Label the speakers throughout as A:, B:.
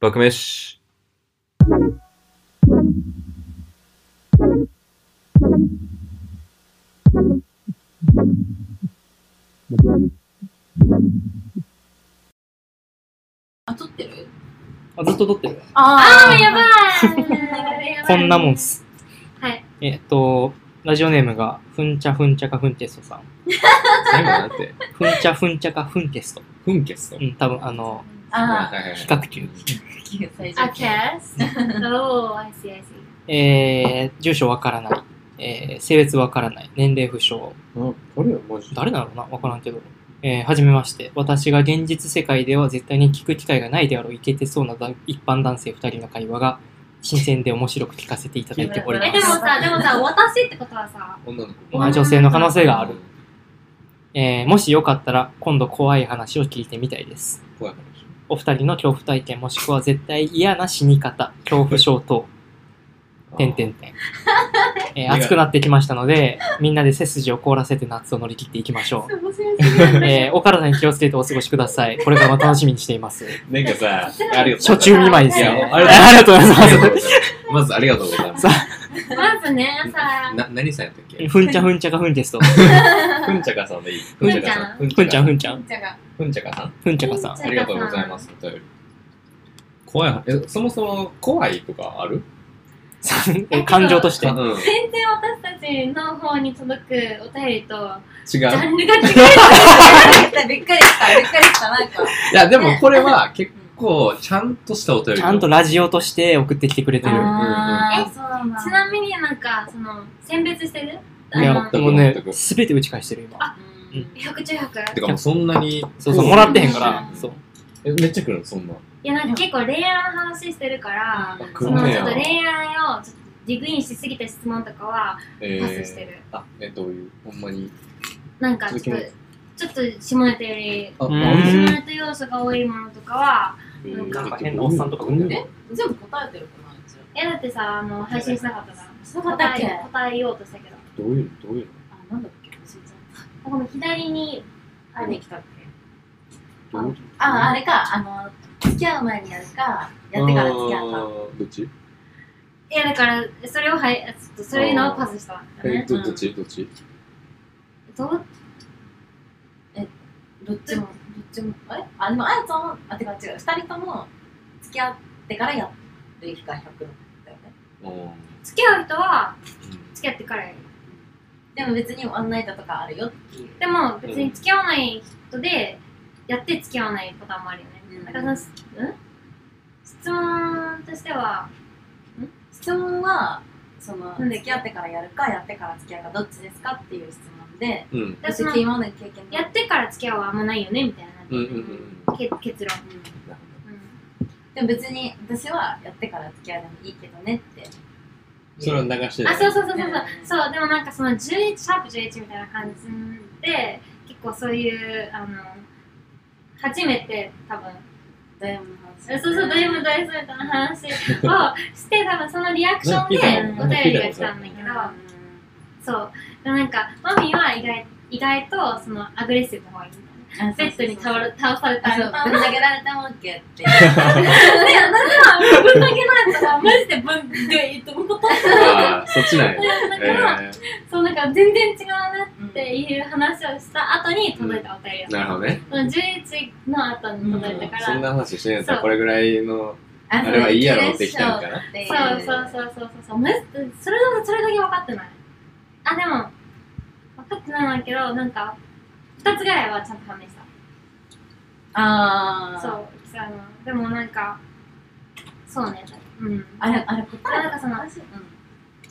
A: 爆飯。
B: あ、撮ってる
C: あずっと撮ってる。
D: あ
B: あ
D: ー、やばい
C: こんなもんっす。
D: はい。
C: えっと、ラジオネームが、ふんちゃふんちゃかふんテストさん。
A: 最後なんて、
C: ふんちゃふんちゃかふんテスト。
A: フンケスト
C: う。ん、多分あの、
A: あ
B: あ
A: はいはいはい
C: 比較級。
B: 最初
D: A cast? oh, I see, I see.
C: えー、住所わからない。えー、性別わからない。年齢不詳。
E: あ誰よ、マジ
C: 誰だろうなわからんけど。えー、はじめまして。私が現実世界では絶対に聞く機会がないであろうイケてそうなだ一般男性二人の会話が新鮮で面白く聞かせていただいており
D: え、
C: ま
D: でも
C: す。
D: さ、でもさ、私ってことはさ、
A: 女の
C: ま
A: 子。
C: あ女性の可能性がある。。えー、もしよかったら今度怖い話を聞いてみたいです。
A: 怖い話。
C: お二人の恐怖体験もしくは絶対嫌な死に方、恐怖症等、点点点。えー、暑くなってきましたので、みんなで背筋を凍らせて夏を乗り切っていきまし ょう。
D: 面白すぎる。
C: えー、お体に気をつけてお過ごしください。これからも楽しみにしています。
A: なんかさ、ありがとう
C: 初中見舞いです
A: いや
C: ね。
A: あ
C: あ
A: り
C: り
A: がとう
C: がとうござい
A: ありがとう
C: ま
A: ござい ます。まずありがとうございます。
D: まずね、さ、
A: な、何さんやったっけ
C: す。ふんちゃふんちゃかふんですと。
A: ふんちゃかさんでいい。
D: ふんちゃん
A: ふん
C: ふんちゃんふ
A: ん。
C: んちゃん。
B: じゃが
A: ふんちゃかさん。
C: ふんちゃかさん。
D: ふんちゃ
A: ありがとうございます。お便り。怖い話、えそもそも怖いとかある
C: さんえ感情として
A: う。ん。違う。
D: 全然私たちの方に届くお便りと、
A: い
D: ジャ
A: や、
D: ンルが違う。
B: びっくりした、びっくりした、なんか。
A: でもこれは結構ちゃんとしたお便り。
C: ちゃんとラジオとして送ってきてくれてる。
B: あ
D: え
B: ー、そうなんだ
D: ちなみになんか、その、選別してる
C: い
D: あ
C: や
D: の、
C: もうね
A: 全、く
C: すべて打ち返してる今。
B: うん
D: 百中百
A: てかもうそんなに。
C: そうそう、もらってへんから。そう。
A: えめっちゃ来るの、そんな。
D: いや、なんか結構恋愛の話してるから、
A: 来
D: そ
A: る
D: の
A: ね
D: ちょ
A: や
D: っと。恋愛をちょっとディグインしすぎた質問とかは
A: え
D: パスしてる。
A: あ、え、どういう、ほんまに。
D: なんかちょっと、ちょっと下ネタより、
A: あ、
C: うん
A: マジ
D: 下ネタ要素が多いものとかは、
A: え
D: なん
C: なん
D: か
C: か変なおっさんとか来るんだよ。
B: 全部答えてるかな、一応。
D: え、だってさ、あの、配信しなかったから、
B: そうだっ
D: 答
B: け
D: え、答えようとしたけど、
A: どういうのどういう
B: あ、なんだっけ忘れちゃった
D: この左に、あ
B: 何
D: れ、
B: 来たっけ
A: のどういう
B: あ、あれか、あの、付き合う前にやるか、やってから付き合うか。
A: うどっち
D: いや、だから、それを、はい、ちょっと、そういうのをパスしたんだ
A: え
D: ね。
A: どどっちどっち
D: どう
B: どっちも、どっちも、あれあ、でも、あやちゃんは、あ、てか違う、二人とも付き合ってからやる日が100だよね。
A: うん
D: 付き合う人は、付き合ってからやる。
B: でも別にワンナイトとかあるよっていう。
D: でも、別に付き合わない人で、やって付き合わないパターンもあるよね。だからその、うん質問としては、
B: 質問は、その、
D: なんだっけ
B: 付き合ってからやるか、やってから付き合うか、どっちですかっていう質問で、
A: うん
D: だから
B: 別
D: その
B: に今までの経験で
D: やってから付き合うはあんまないよね、みたいな。
A: うんうんうん
D: け結論。
B: うん
A: なる
D: うん
B: でも別に私はやってから付き合いでもいいけどねって
A: ほどそれを流して
D: あ、そうそうそうそう
B: う。
D: そうんそう、でもなんかその11、シャープ11みたいな感じで、結構そういう、あの、初めて多分、
B: ド M の
D: そ
B: 話
D: うそう、ド M ド S みたいな話をして、多分そのリアクションでお便りが来たんだけど、そう。でもなんか、マミは意外意外とそのアグレッシブな方がいいみたいな。ベッドに倒れ倒された
B: あそ
D: りと
B: う
D: か。
B: ぶん投げられたもんけって
D: 私はぶん投げられたら、マジでぶん、
B: でどういうこと
A: あーそっちなんや
D: だから、
A: え
D: そうなんか全然違うなっていう話をした後に届いたお便り
A: ーなるほどね
D: その11の後に
A: う
D: 届いた
A: ん
D: か
A: そん
D: ら。
A: な話してんやったら
D: そう
A: これぐらいの
B: あ
A: あれはいいやろってきたんかな
D: そうそうそうそうそうそう。マジでそれだけ、それだけ分かってない。あ、でも、分かってないんだけど、なんか、2つぐらいはちゃんと判明した。
B: ああ
D: そう、あの、でもなんか、そうね、うん。
B: あれあれ答え
D: なんかその、
B: うん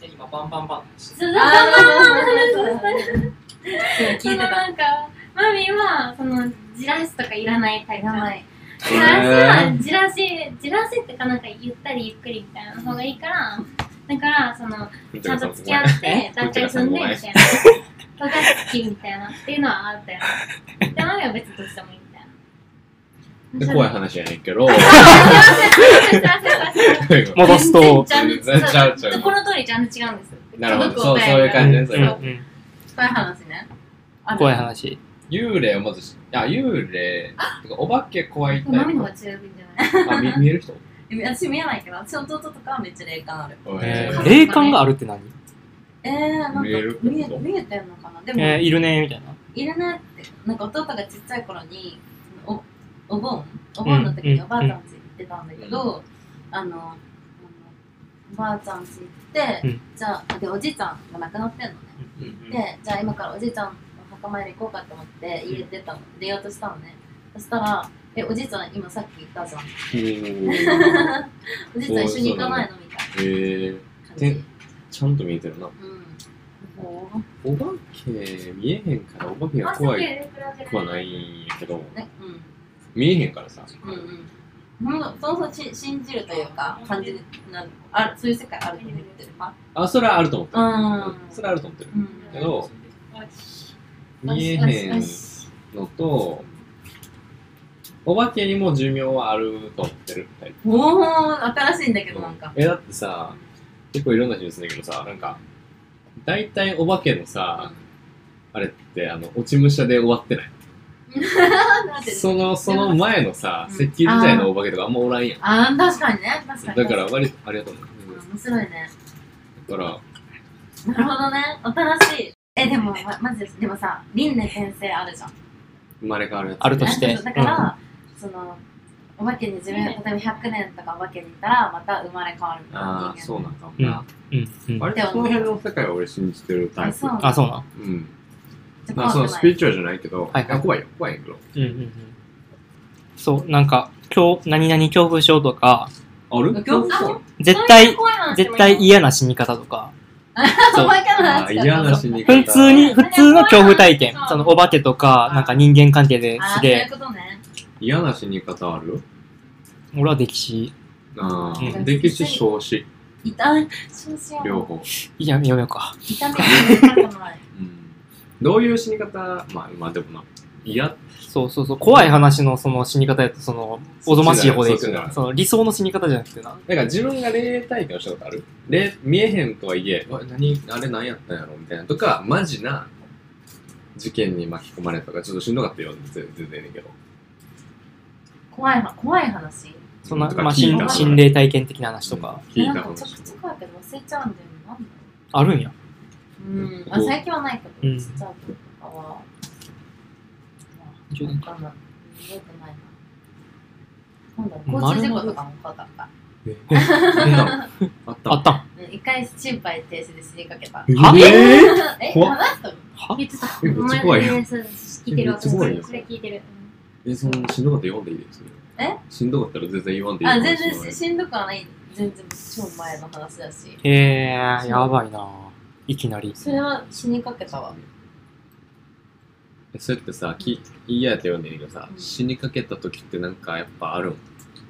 C: 今、バンバンバン。
D: そう
B: あ
D: そうそ
B: 聞い
D: の
B: てた
D: なんか、マミは、その、じらしとかいらないタイ
B: い
D: プじゃ
B: ら
D: ない。
B: ない
D: じらしは、じらし、じらしってかなんかゆったりゆっくりみたいな方がいいから、だから、その、
A: うん
D: ちゃんと付き合って、団体すんで、みたいな。人が好きみたいな、っていうのはあったよね。で、マミは別にどっちでもいいみたい
A: で
D: な。
A: 怖い話やねんけど
D: すいませんすいませんすいません
C: 戻すと。
D: ジャンル
A: 全然ちゃうちゃう
D: この通りジャンル違うんですよ。
A: なるほど
D: 届くお便り
A: そうそういう感じねそれ
C: うんう
D: そ
C: ん
B: 怖い話ね
C: 怖い話。
A: 幽霊をまずしあ幽霊てかお化け怖いタ
D: マミ
A: イ
D: の
A: プ
D: 方が強いんじゃない
A: あ見見える人
E: え私見えないけど、私の弟とかはめっちゃ霊感ある。
C: え
A: え
C: ー、霊感があるって何
E: えー、なんか
A: 見
E: 見
A: え
E: え
A: るって
E: 見
A: こと
E: えてんのかなでも、
C: えー、いるねみたいな。
E: いらないって、なんか弟がちっちゃい頃に、おお盆お盆の時に
C: うん
E: おばあちゃん家行ってたんだけど、あの、あのおばあちゃん家行って、
C: うん
E: じゃあ、で、おじいちゃんが亡くなってんのね。で、じゃあ今からおじいちゃんの墓参り行こうかと思って家出たの、出ようとしたのね。そしたら、え、おじいちゃん今さっき言ったじゃん。
A: ー、
E: おじいちゃん一緒に行かないのみたい
A: えー、
E: な感じ
A: で。ちゃんと見えてるな。
E: うん。もう
A: お化け見えへんから、お化けが怖いくはないんやけど、
E: ね、うん。
A: 見えへんからさ。
E: うんうん。もうそもそもし信じるというか、感じるなあるそういう世界あると思ってるか。
A: あ、それはあると思ってる。
E: うん
A: それはあると思ってる。
E: うん
A: けど、見えへんのと、お化けにも寿命はあると思ってるタイプ。
E: おー、新しいんだけど、なんか。
A: え、だってさ、結構いろんな人にするんだけどさ、なんか、大体お化けのさ、あれって、あの、落ち武者で終わってない。
E: だって
A: その、その前のさ、
E: うん
A: 石器時代のお化けとかあんまおらんやん。
E: あー、確かにね。確かに。
A: だから、割と、ありがとうね。
E: うん面白いね。
A: だから、
E: なるほどね。新しい。え、でも、ま、まず、でもさ、輪廻転生あるじゃん。
A: 生まれ変わるやつ。
C: あるとして
E: だから、その、お化けに自分、例えば100年とかお化けにいたら、また生まれ変わるみたいな
A: ああ、
E: 人
A: そうな
E: 間
A: んかもな。
C: うん、うん。
A: 割とその辺の世界は俺信じてるタイ
E: あ
A: プ
E: そう。なんだ
C: あ、そうなん。
A: うん。
E: じゃ
A: まあ、その
E: 怖くな
A: ス
E: い
A: ピリチュアルじゃないけど、
C: はいはい
A: あ怖いよ、怖いけど。
C: うんうんうん。そう、なんか、恐何々恐怖症とか、
A: ある
E: 恐怖症
C: 絶対、絶対嫌な死に方とか、そう
E: お化けの
A: あー
E: 話だ
A: 嫌な死に方。
C: 普通に、普通の恐怖体験
D: そ、う
C: そのお化けとか、なんか人間関係です
E: あーそういう
C: げえ、
E: ことね。
A: 嫌な死に方ある
C: 俺は歴史、
A: ああ、
E: うん
A: 歴史、少子、
E: 痛い。そうしよう。
A: 両方。
C: いや、やめようか。
E: 痛みが痛くない。
A: うん。どういう死に方、まあ、まあでもな、嫌、
C: そうそうそう、怖い話のその死に方やと、その、おぞましい方でい
A: そっちだよそっち
C: く。
A: だ
C: その理想の死に方じゃなくてな。
A: なんか自分が霊体験をしたことある霊、見えへんとはいえ、わ何、あれ何やったんやろみたいなとか、マジな事件に巻き込まれたとか、ちょっとしんどかったよ、全全然いいけど。
E: 怖いは、怖い話。
C: そんな、
A: とか
C: まあ、
A: 聞い
C: 心
A: た
C: 心霊体験的な話とか、
A: 聞い
E: な
A: た
E: んか
A: 話
E: ちょくちょくあって忘れちゃうんだよね。なんだ
C: あるんや。
E: ろう。うん。あ、最近はないけど、
C: うん
E: ちっちゃい時とかは。
C: ちょ
E: なんかな、覚えてないな。なんだろう、
C: 丸
E: 交通
C: 々
E: 事故とかも怖かった。
A: えそんなのあった
C: あったん。
E: うん一回心肺停止で死にかけた。
C: は
A: え
E: え、
A: 怖っ
E: 話したの
C: は
D: 言ってた。
A: えめっちゃ怖いやん
D: お前そう聞いてるわ。
A: めっちゃ怖いやん
D: それ聞いてる。うん
A: え、そのしんどかったら読んでいいですね。
E: え
A: しんどかったら全然言わんでいい
E: あ、
A: で
E: 全
A: す
E: 然しんどくはない。全然超前の話だし。
C: へえー、やばいな。いきなり。
E: それは死にかけたわ。
A: えそれってさ、き嫌やったら読んでいいけどさ、
E: うん
A: 死にかけた時ってなんかやっぱあるん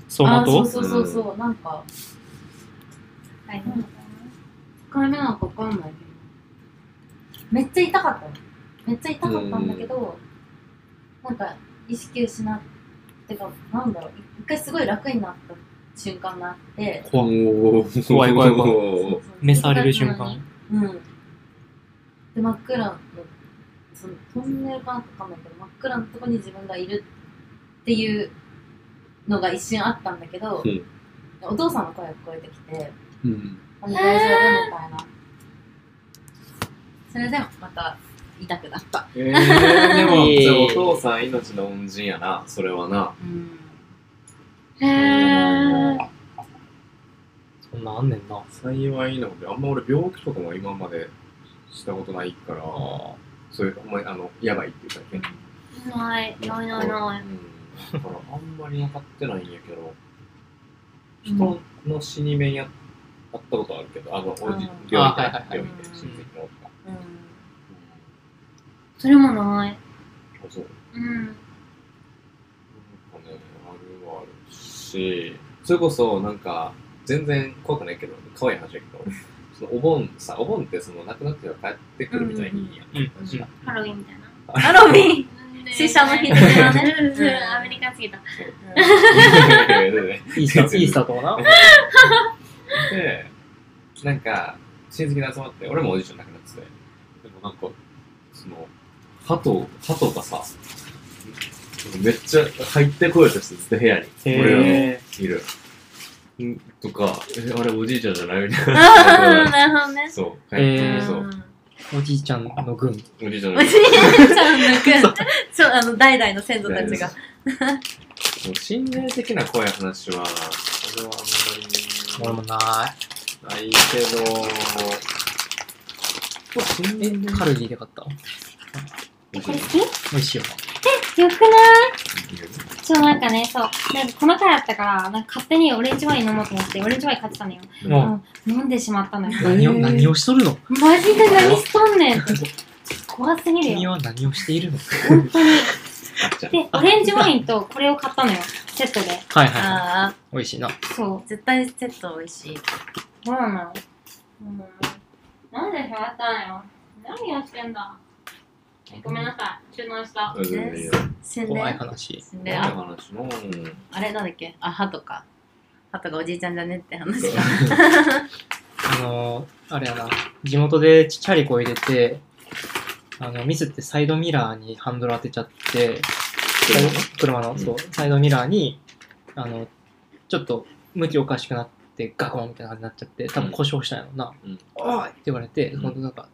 C: その
E: あそう
C: 後
E: そうそうそう、なんか、
D: はい。
E: 一回目なんかわかんないけど。めっちゃ痛かったの。めっちゃ痛かったんだけど、なんか意識失ってか、なんだろう、一回すごい楽になった瞬間があって、
A: 怖い
C: 怖い怖い怖い
E: そうそう
C: 召される瞬
D: う
C: 間
D: ん。
E: うん。で、真っ暗の、そのトンネルかなんかわかんないけど、真っ暗のとこに自分がいるっていうのが一瞬あったんだけど、
A: うん
E: お父さんの声が聞こえてきて、
A: うん。
E: 大丈夫みたいな。それでもまた痛くなった。
A: えー、でも、
C: えー
A: じゃあお父さん命の恩人やな、それはな。
E: うん。
D: へー。
C: そんなんあんねんな。
A: 幸いなので、あんま俺病気とかも今までしたことないから、そういう、ほんまにあの、やばいっていうか、ね。
D: ない、ないないな
A: うん。だからあんまり分かってないんやけど、
D: い。うん
A: 人の死に目にあったことあるけど、あの、おじ
E: うん
A: 病院
C: あはい
A: で
C: は、いはい
A: 病院で、親戚のおっか。
E: うん。
D: それもない。
A: あそう。
D: うん。
A: なんかね、あるはあるし、それこそなんか、全然怖くないけど、可愛い話だけど、そのお盆さ、お盆ってその亡くなってから帰ってくるみたいにやん、
C: うん
A: 話が
D: ハロウィンみたいな。
E: ハロウィン
D: 死
E: 死
D: 者
E: 者
D: の
E: の
D: 日
E: 日
D: で
E: 的
D: な
E: な
D: ね
E: ね。
D: うんアメリカすぎた。
C: いいさ、いいさとはな。
A: で、なんか、親戚で集まって、俺もおじいちゃん亡くなってて、でもなんか、その、鳩、鳩がさ、めっちゃ入ってこようとして、ずっと部屋に、俺らの
C: へ
A: いる。んとか、え、あれおじいちゃんじゃないみたい
D: あー
A: な。
D: なるほどね。
A: そう、
C: えー
A: そ
B: うん
A: う、
C: おじいちゃんの軍。
A: おじいちゃん
B: お
A: の
B: じいちゃんのくん、そう、あの、代々の先祖たちが。
A: もう信頼的な怖い話は、俺はあんま
C: 俺もな
A: りないけど、まあ信
C: い。
A: 頼
C: え、カルディで買った
D: これ好き
C: 美味しいよ
D: よくないそう、なんかね、そう。なんかこの回だったから、なんか勝手にオレンジワイン飲もうと思って、オレンジワイン買ってたのよ。
A: うん
C: もう
D: うん飲んでしまったのよ。
C: な。何を、何をしとるの
D: マジで何しとんねんって。怖すぎる
C: 君
D: よ。
C: は何をしているの
D: 本当に。
A: あっちゃん
D: で、オレンジワインとこれを買ったのよ。セットで。
C: はいはいは
B: ああ、
C: い。美味しいな。
D: そ
B: 絶対セット美味しい。
D: う。どうなのうん。なんで拾ったのよ。何をしてんだ。ごめんなさい。注文した。
A: うんいいよ
B: 死んで
C: 怖い話。
B: 死ん
A: 怖
B: で
A: い
B: あ
A: 話の、
B: あれなんだっけあ、歯とか。歯とかおじいちゃんじゃねって話が。
C: あのー、あれやな。地元でチャリコ入れて、あの、ミスってサイドミラーにハンドル当てちゃって、車の、
A: うん
C: そう、サイドミラーに、あの、ちょっと向きおかしくなって、ガコンみたいな感じになっちゃって、多分故障したんやろな。
A: うん
C: おいって言われて、
A: うん
C: ほんとなんか、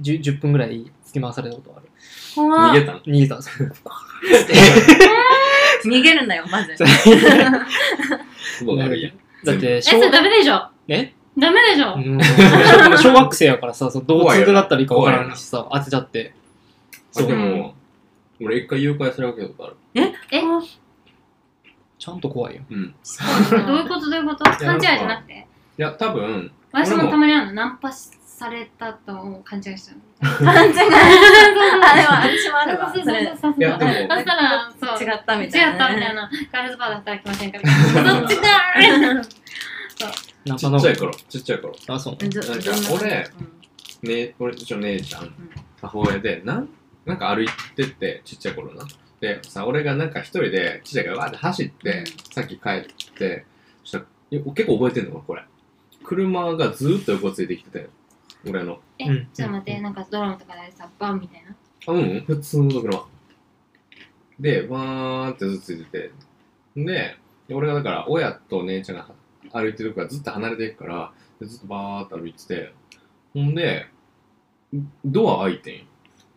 C: 10, 10分ぐらい突き回されたことある。
A: 逃
B: 怖
A: げたん
C: 逃げた。
B: 逃げるんだよ、マジで。
A: すごい悪いやん。
C: だって、
D: え、それダメでしょ
C: え
D: ダメでしょ
C: うん小学生やからさ、そうどう痛くなったらいいかわからんしさ、当てちゃって。
A: あ
C: そう
A: でも、俺一回誘拐されかけたことある。
D: え、どう
C: ちゃんと怖いよ。
A: うん。い
D: いうことどういうこと勘違いじゃなくて
A: や、多分、
D: 私もたまにあるの、ナンパされたと思う勘違いしたの。
B: 感じが。あ、でも私もあるわ。
D: そう
B: そ
D: そう
B: れ。
D: そうそう。
A: いや、でも、
D: そしたら、そう。
B: 違ったみ
D: 違った
B: い
D: た
B: なね。
D: みたいな。ガールズバーで働きませんかみた いな。どっち
C: な
D: だ
C: ん
A: ち
C: か
A: っ
C: の
A: ちゃい頃、ちっちゃい頃、
C: あ、そう。
B: うん。じゃ
A: なんか
B: どんな
A: 俺
B: うん
A: ね、俺、うちの姉ちゃん
B: ん、
A: 母親で、なん、なんか歩いてって、ちっちゃい頃な。で、さ、俺がなんか一人で、ちっちゃいからわーって走って、さっき帰って、そしたら、いや結構覚えてんのか、これ。車がずーっと横ついてきてたよ。俺の。
D: え、
C: うん
D: ちょっと待って、なんかドローンとかでさ、バンみたいな。
A: あ、うん、普通の車。で、わーってずっとついてて。で、俺がだから、親と姉ちゃんが歩いてるからずっと離れていくから、でずっとバーって歩いてて。ほんで、ドア開いてんよ。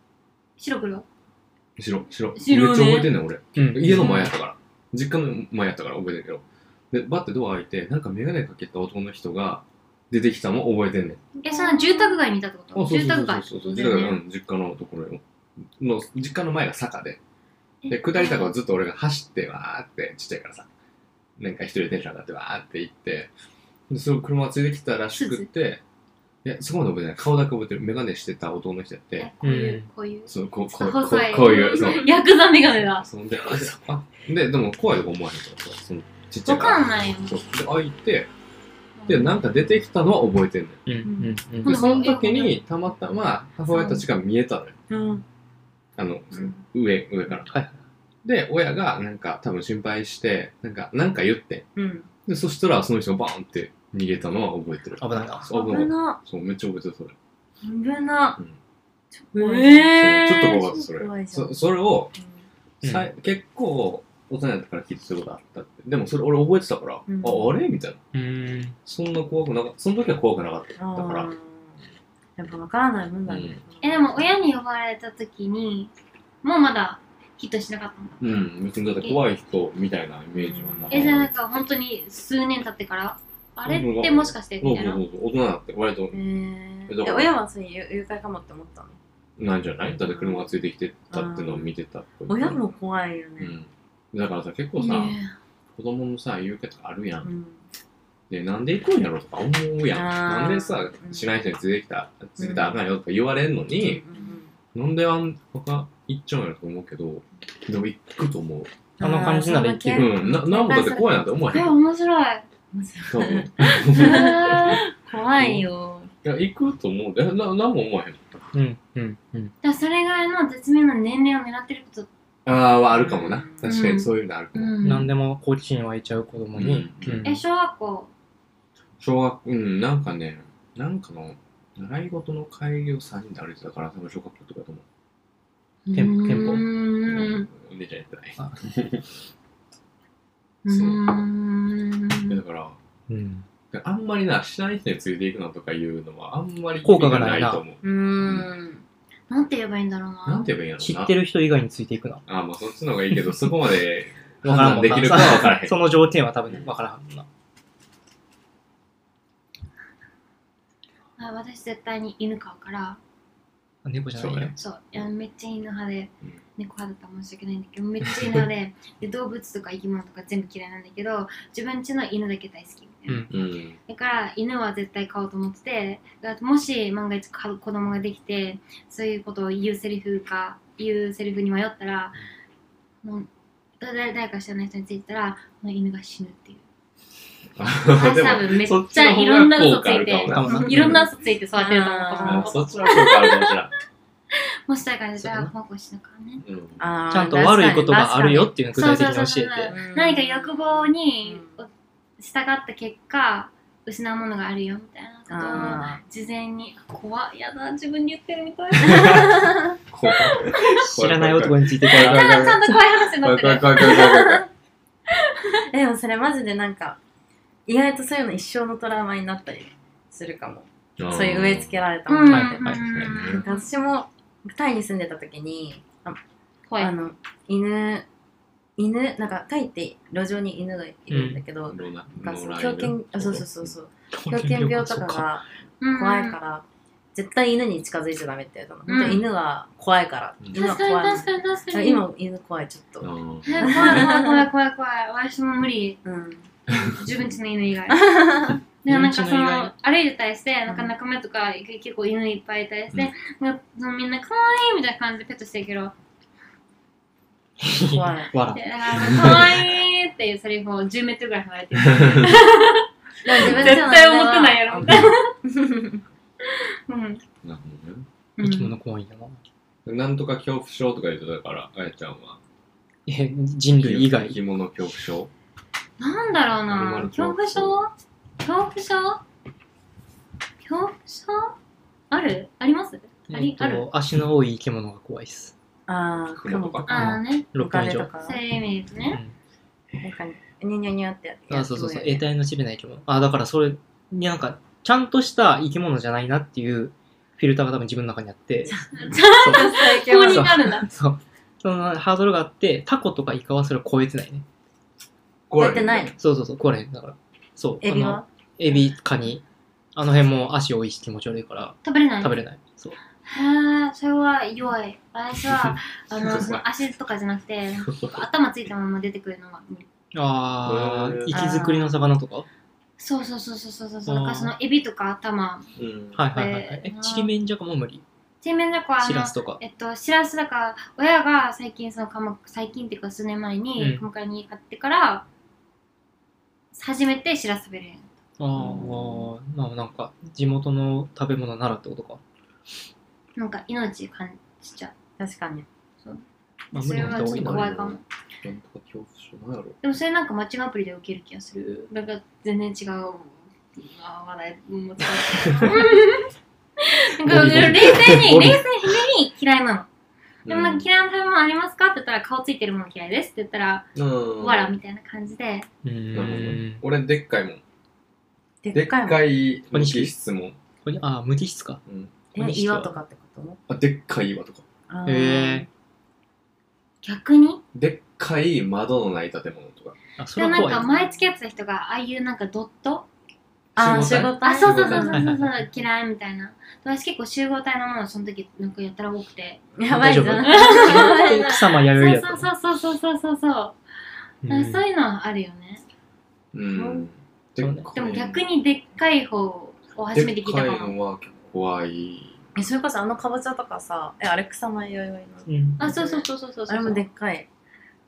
B: 白ね
A: 白、白。めっ
D: 白黒
A: ちゃ覚えてんねん、俺。
C: うん。
A: 家の前やったから。実家の前やったから覚えてるけど。で、バッてドア開いて、なんかメガネかけた男の人が出てきたのも覚えてんねん。
D: え、その住宅街にいたってこ
A: あそ
D: と
A: うそう
D: 住宅街。
A: そうそうそう実家がうん実家のところよの実家の前が坂でで下り坂をずっと俺が走ってわーってちっちゃいからさなんか一人でテンション上がってわーって行ってでその車がついてきたらしくっていやそこまで覚えてない顔だけ覚えてる眼鏡してた男の人やって
D: えこういう、こういう。
A: そうこうこうこう
D: 細い。
A: こういうそう
D: ヤクザメガネだ。
A: そうであであででも怖いとか思わへんからさそのちっちゃい
D: わ
A: から
D: かんないよ。
A: そうで開いてでなんか出てきたのは覚えてんねん
C: うん。うん。うん
A: でその時にたまたま母親たちが見えたのよ
B: うん。
A: あの、
B: うん
A: 上、上から。
C: はいはい。
A: で、親がなんか多分心配して、なんか、なんか言って。
B: うん。
A: で、そしたらその人がバーンって逃げたのは覚えてる。
C: 危ないな
A: そう
B: 危な。
A: そう、めっちゃ覚えてる、それ。
B: 危な。
A: うん。
B: え
A: そうちょっと
B: ー
A: 怖かった、そ
B: 怖
A: れ。
B: いじゃん
A: そそれを、
C: うん
A: さい結構、大人になってから聞いてそういうことあったって。でもそれ俺覚えてたから、
B: うん
A: あ、あれみたいな。
C: うん。
A: そんな怖くなかった。その時は怖くなかった。だか
B: あ
A: ら
B: ー。やっぱ分からないもんだね。
D: え、でも親に呼ばれた時に、もうまだヒットしなかったんだ。
A: うん、別にだって怖い人みたいなイメージはなかった。
D: え、じゃあなんか本当に数年経ってから、あれってもしかして
A: そう
D: み
A: そ
D: た
A: う
D: いな。
A: そうそう、大人になって割と
B: えー
A: えだから
B: で親はそういう誘拐かもって思ったの
A: なんじゃないだって車がついてきてたってのを見てたっぽい
B: 親も怖いよ
A: う
B: ね。
A: ん。だからさ、結構さ、子供のさ、言うことあるや。
B: うんん
A: で、なんで行くんやろとか思うやん。
B: あー
A: なんでさ、
B: うん
A: 知らない人に連れてきた、連れてきたらあかんよとか言われんのに、なんであん、他行っちゃうんやろと思うけど、でも行くと思う。
C: あの感じならいけ
A: う
C: え
B: る。
A: ん。な、なんもだって怖いなんて思わ
D: え、
A: へん。
D: 面 白い。
A: 多分。い
B: 怖いよ。
A: や、行くと思う。え、な、なんも思わへん。
C: うん。うん。うん。
D: だからそれぐらいの絶妙な年齢を狙ってること。
A: あーはあるかもな。
B: うん
A: 確かにそういうのあるかも。
D: ん
C: 何でも好奇心湧いちゃう子供に。
A: うん
C: うん
D: え、小学校
A: 小学、うん、なんかね、なんかの、習い事の帰りを3人で歩いてたから、多分小学校とかと思う。
C: テンポテンポ
D: うーん。
A: お姉ちゃんやってない。
C: あ
A: そう
D: うーん
A: いやだから、
C: うん。
A: あんまりな、知らない人についていくのとかいうのは、あんまり
C: 効果がない
A: 意
C: な
A: 味と思う。
E: うーん。
D: なんて言えばいいんだろう
A: なん
D: な。
A: て言えばいいんやろ
C: 知
A: うな。
C: ってる人以外についていくな。
A: あ、まあそっちの方がいいけど、そこまで
C: わからん
A: 判断
C: もん
A: で
C: な
A: きるかは分からへん
C: その条件は多分わからんもんな。
D: あ私絶対に犬飼うから、
C: 猫じゃない
A: そう
C: よ
A: ね。
D: そう、いやめっちゃ犬派で
A: うん、
D: 猫派だったら申し訳ないんだけど、めっちゃ犬派で、で動物とか生き物とか全部嫌いなんだけど、自分家の犬だけ大好きみたいな。
C: うん
A: うん。
D: だから犬は絶対飼おうと思っててだからもし万が一か子供ができてそういうことを言うセリフか言うセリフに迷ったらもうだ誰誰か知らない人についてたらもう犬が死ぬっていう私
A: で
D: 多
A: も
D: 分めっ
A: そっ
D: ち
A: ちの
D: ゃ
A: 方が
D: いろんな嘘つい
A: 効
D: て
A: 果あ
C: るかもない
D: ろんな嘘ついて育てると
E: あー
D: 思
A: あ
D: う子供
A: そ
D: のこ
A: っちの方があるかもしれん
D: ともしだからじゃ
C: そう
D: あ
C: ね
D: この子死ぬからね
A: うん。
E: あー
C: ちゃんと悪いことがあるよ。っていうのを具体的に教え
D: そうそう
C: て
D: そ。
E: うん
D: 何か欲望に従った結果失うものがあるよみたいなことを
E: あ
D: 事前に怖っやだ自分に言ってるみたい
A: 怖い
C: 知らない男について いく
A: 怖い怖い
D: ちゃんと怖い話にな
A: 怖
D: っ
A: い
D: て
A: 怖い怖い
D: る
A: 怖い怖い怖い
E: ーでもそれマジでなんか、意外とそういうの一生のトラウマになったりするかも。
A: ん
E: そういう植え付けられた
D: う
E: も
D: ん
E: の。
A: はいはいはい
E: なんか私もタイに住んでた時に、あ
D: 怖い
E: あの、犬、犬、なんかタイって路上に犬がいるんだけど、
A: ローナ
E: な
A: ロ
E: んか
A: ー
E: そう
A: ライ
E: 狂犬
A: ブ、
E: あそうそうそうそう。
C: 狂
E: 狂犬病とか
C: か。
E: が怖いから、絶対犬に近づいちゃダメって言われたの。
D: うん
E: 本当犬は怖いから。
A: うん
E: 犬は
D: 確か
E: 怖
D: に
E: い
D: 確かに確かに
E: 今も犬怖い、ちょっ
A: う
E: と。
A: ん
D: え怖い怖い怖い怖い怖い私も無理
E: うん。
D: 自分ちの犬以 外で
C: 自
D: もな
C: 分
D: ん
C: ち
D: か
C: の
D: そ
C: 犬以外
D: の歩いてたりしてなんか仲間とか結構犬いっぱいいたりして、なんかそのみんな可愛いみたいな感じでペットしてるけど
E: 怖い。
C: 笑
D: でだから可愛いっていうセリフを10メートルぐらい離れ てる
E: 絶
D: 絶対思ってないやろみたいなう
A: な
D: ん
A: るほどね
C: う。生き物怖いんだな。
A: なんとか恐怖症とか言ってたから、あやちゃんは。
C: え、人類以外
A: 生。き物恐怖症
D: なんだろう
A: 丸々
D: な恐怖症恐怖症恐怖症あるありますあ
C: え
D: り
C: っ
D: ある
C: と、足の多い生き物が怖いっす。
E: ああ、
A: 雲
E: 雲
A: と
E: と
A: か
E: か。
D: ああね、
C: 6
E: カ
C: 本以
E: ネ
C: 上
E: と。か
D: そう。いう意味ですね。
E: なんか、ニュニュニュってやって。
C: うんあそうそうそう。
E: や
C: 得
E: って
C: 体の知れない生き物。あ、だからそれ、いやなんか、ちゃんとした生き物じゃないなっていうフィルターが多分自分の中にあって。
D: ちゃ
C: そう
E: く
D: んと
E: れ
D: に
E: る
D: なるんだ。
C: そう。そのハードルがあって、タコとかイカはそれを超えてないね。
A: こ
E: やってないの。
C: そうそうそう、壊れへんだから。そう。
E: エビ
C: あの
E: は
C: エビ、カニ。あの辺も足多いし気持ち悪いから、
D: 食べれない。
C: 食べれない。そう。
D: へえ、それは弱い。私は、あの、その足とかじゃなくて、頭ついたまま出てくるのが無理。
C: あ
A: へー
C: ー、息づくりの魚とか
D: そうそうそうそうそうそ
C: あ
D: う。
C: ー
D: だからそのエビとか頭、
A: うん。
C: はいはいはいはい。
D: え
C: え
D: ー、
C: ちりめんじゃかも無理。
D: ちめんじゃこはあ
C: し
D: の
C: らす、とか。
D: えっと、しらすだから、親が最近その鎌、最近っていうか数年前
C: う
D: に
C: ん、
D: 鎌倉に買ってから、初めてしらす食べれる。
C: あー、まあなんか、地元の食べ物ならってことか。
D: なんか命感じちゃ
E: 確かに。
C: ま
D: う。
C: あ、
D: そ
C: 無理
D: れ
C: な
D: は
C: 人多
D: ちょっ
C: い
D: と
C: な。
D: 怖いかも。
A: なんとか恐怖症なんやろ。
D: でもそれなんかマッチングアプリで受ける気がする。なんか全然違う。あー笑い、もう違うなんか冷静に、冷静に嫌いなの。でもなんか嫌いな食べ物ありますかって言ったら顔ついてるもの嫌いですって言ったら、
A: うん。
D: わらみたいな感じで。
C: う
A: なる
C: ーん
A: ほ。ど。俺、でっかいもん。
E: で
A: で
E: っ
A: っ
E: かいもん。
A: かい無機質もん。
C: これあー、無機質か。
A: うん。
E: え岩とかってこと
A: あ、でっかい岩とか。
E: あー
C: へ
D: 逆に
A: でっかい窓のない建物とか。
C: ー。あ、そ
D: で
C: れ
D: も
C: は
D: な
C: 怖い
D: んか
C: な。
D: 前付き合ってた人が、ああいうなんかドット
E: あー、
A: 集
E: 集
A: 合
E: 合
A: 体
E: 体
D: あ、そうそうそうそうそう
C: 集合体
D: 嫌いみたいな。私結構集合体のものその時なんかやったら多くて。
E: やばいじゃん。
C: 大
E: や
C: 丈
E: ばい
C: え
E: じゃん。
C: 草間
D: そ
C: 弥生
D: う
C: だった
D: そうそうそうそうそうそう。
C: う
D: なんんかそういうのはあるよね。
A: うん。でっかい
D: でも逆にでっかい方を初めて聞いた
A: でっ
D: か
A: かい
D: も。
A: のは結構怖い。
E: え、それこそあのカボチャとかさ、え、あれ草間弥生の。
C: うん
D: あ、そうそうそうそうそうそう。
E: あれもでっかい。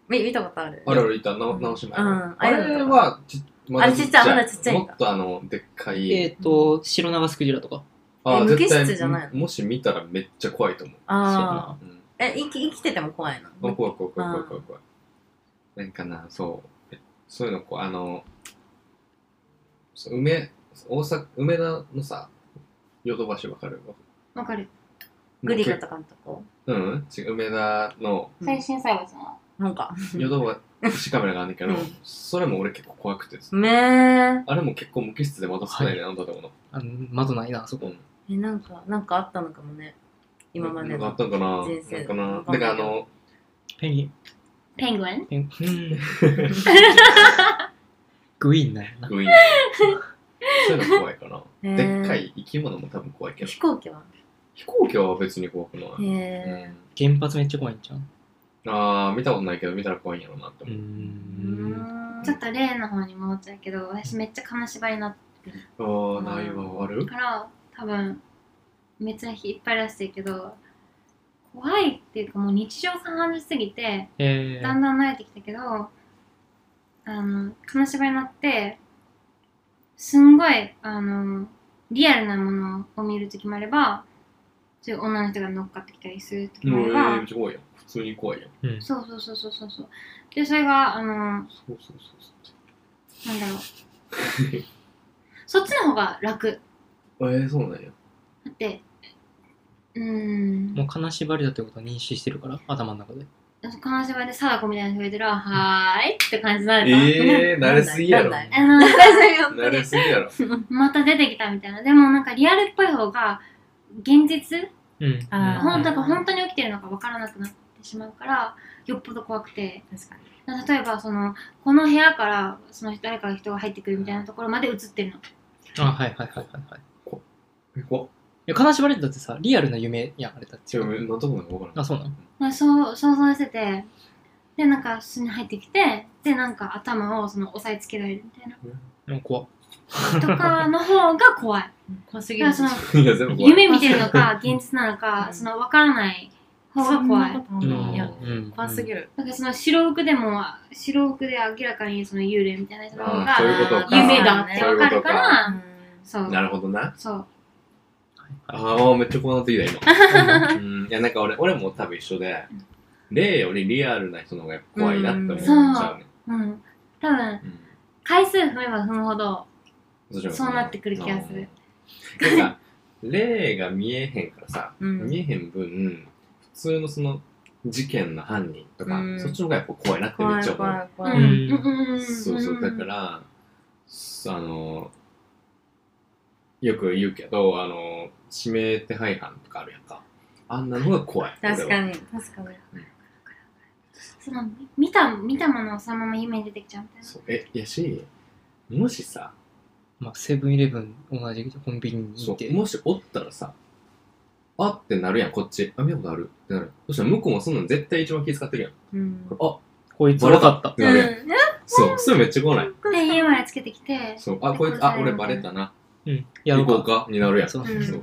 E: み見たことある
A: あれ俺いた、な直し前。
E: うん
A: あれはち、ま
E: あれちっちゃいまだちっちゃいんだ
A: もっとあの、でっかい。
C: えっと、白長スクジラとか。
A: あ
E: え
A: 絶対
E: 無機質じゃないの
A: もし見たらめっちゃ怖いと思う。
E: あ
A: う
E: あ。
A: ん
E: え、生き生きてても怖いの
A: あ、怖い怖い怖い怖い怖い怖い。なんかな、そう。そういうの、こう、あの、そう梅、大阪、梅田のさ、ヨドバシわかる
D: わかる。
E: グリルとかのとこ
A: うん、違う梅田の、
D: それ震災橋の。
E: なんか、
A: ヨドバシカメラがあんねんけど、
E: うん
A: それも俺結構怖くてさ
E: めー。
A: あれも結構無機質で窓少ないでなんだろうな。
C: あの窓ないな、あそこ。
E: え、なんか、なんかあったのかもね。今まで
A: なんかあ
E: の
A: っ。たんかな
E: 人生
A: なんかな
E: わ
A: なん
E: かんない
A: かあの、
C: ペンギン。
D: ペンギン
C: ペンギン。 グイーンなんやな。
A: グイーン。そういうの怖いかな。
E: へー
A: でっかい生き物も多分怖いけど。
E: 飛行機は
A: 飛行機は別に怖くない。
E: へ
A: う
E: え。
A: ん
C: 原発めっちゃ怖いんちゃう
A: ああ、見たことないけど、見たら怖いんやろうなって
C: うー
A: 思う。
C: ん。
D: ちょっと例の方に戻っちゃうけど私めっちゃ金縛りになっ
A: ああ、ないわ、ある
D: たから多分めっちゃ引っ張らしてるけど怖いっていうかもう日常茶飯事すぎて
C: え
D: だん
C: ー、
D: だん慣れてきたけどあの金縛りになってすんごいあのリアルなものを見るときもあればそういう女の人が乗っかってきたりするとき
A: うん
D: もあれ
A: えーめ
D: ば
A: っちゃ怖いやん。普通に怖いやん。
C: うん。
D: そうそうそうそうそうそうでそれがあの
A: そうそうそうそ
D: なん だろう。そっちの方が楽。
A: う。えー、そうなんや。
D: だって、うーん。
C: もう金縛りだということを認識してるから、頭の中で。
D: 金縛りで貞子みたいに増えてるわ。はーいって感じになるから。
A: えー、慣れすぎやろ。
E: なんだ
D: あの、
A: 慣れすぎやろ。
D: また出てきたみたいな。でもなんかリアルっぽい方が、現実
C: うん。
E: あー
D: ほんなんか本当に起きてるのかわからなくなってしまうから、よっぽど怖くて。
E: 確かに。
D: 例えば、その、この部屋から、その誰かが人が入ってくるみたいなところまで映ってるの。
C: あ、はいはいはいはいはい。
A: え、怖っ。
C: いや金縛りだってさ、リアルな夢やん、あれだっ
A: 違
C: て。
A: う、なんともないわからん。
C: あそうなの
D: まあ、そう想像しててでなんか巣に入ってきてでなんか頭をその押さえつけられるみたいな
C: うん、怖っ
D: とかの方が怖い
E: 怖す
D: だ
E: ぎ
D: か
E: る
D: ら。その
A: いや、全部怖い。
D: 夢見てるのか現実なのか
E: うん
D: その分からない方が怖い
E: そんなことあん
A: う
E: の
A: ん
E: いや、
C: うん
E: 怖すぎる。
D: なんかその白奥でも白奥で明らかにその幽霊みたいな人の方
A: あーそう
D: が
A: いうことか
D: 夢だって分かるか
E: う
D: ら
E: ん
D: そう
A: なるほどな。
D: そう
C: は
A: ああ、めっちゃ怖なってきた、 今。
C: い
A: うん。いや、なんか俺、俺も多分一緒で、例よりリアルな人の方がやっぱ怖いなって思っちゃうね。
D: うん多分
A: うん
D: 回数踏めば踏むほどそうなってくる気がする。
A: うんなんか、霊が見えへんからさ、
E: うん
A: 見えへん分、普通のその事件の犯人とか、
E: うん
A: そっちの方がやっぱ怖いなってめ
E: 怖
A: っ
E: い
A: ちゃ思う。
E: 怖い怖い。
D: うん
E: うん
D: うんうんうんん
A: そうそう、だから、あの、よく言うけど、あの、指名手配犯とかあるやんか。あんなのが怖い。
E: 確か
A: に。
E: に。
B: 確かに。
D: その見た見たものをそのまま夢に出てきちゃうみたいな
A: そうえ、やし、もしさ、
C: まあ、セブンイレブン同じコンビニに
A: そ
C: いうて。
A: もしおったらさ、あってなるやん、こっち。あ、見たことあるってなる。そしたら向こうもそんなん絶対一番気遣ってるやん。
E: うん
A: あ、
C: こいつ
A: バ
C: 分
A: レ
C: か
A: た
C: っ
A: ってなるやん。そう、それめっちゃ来ない。
D: で家までつけてきて
A: そう、あ、こいつ、あ、俺バレたな。
C: た。うん。やろ
A: 行
C: う
A: こ
C: か。
A: うかになるやん。
C: そう
D: そう
A: そ
D: ん
A: う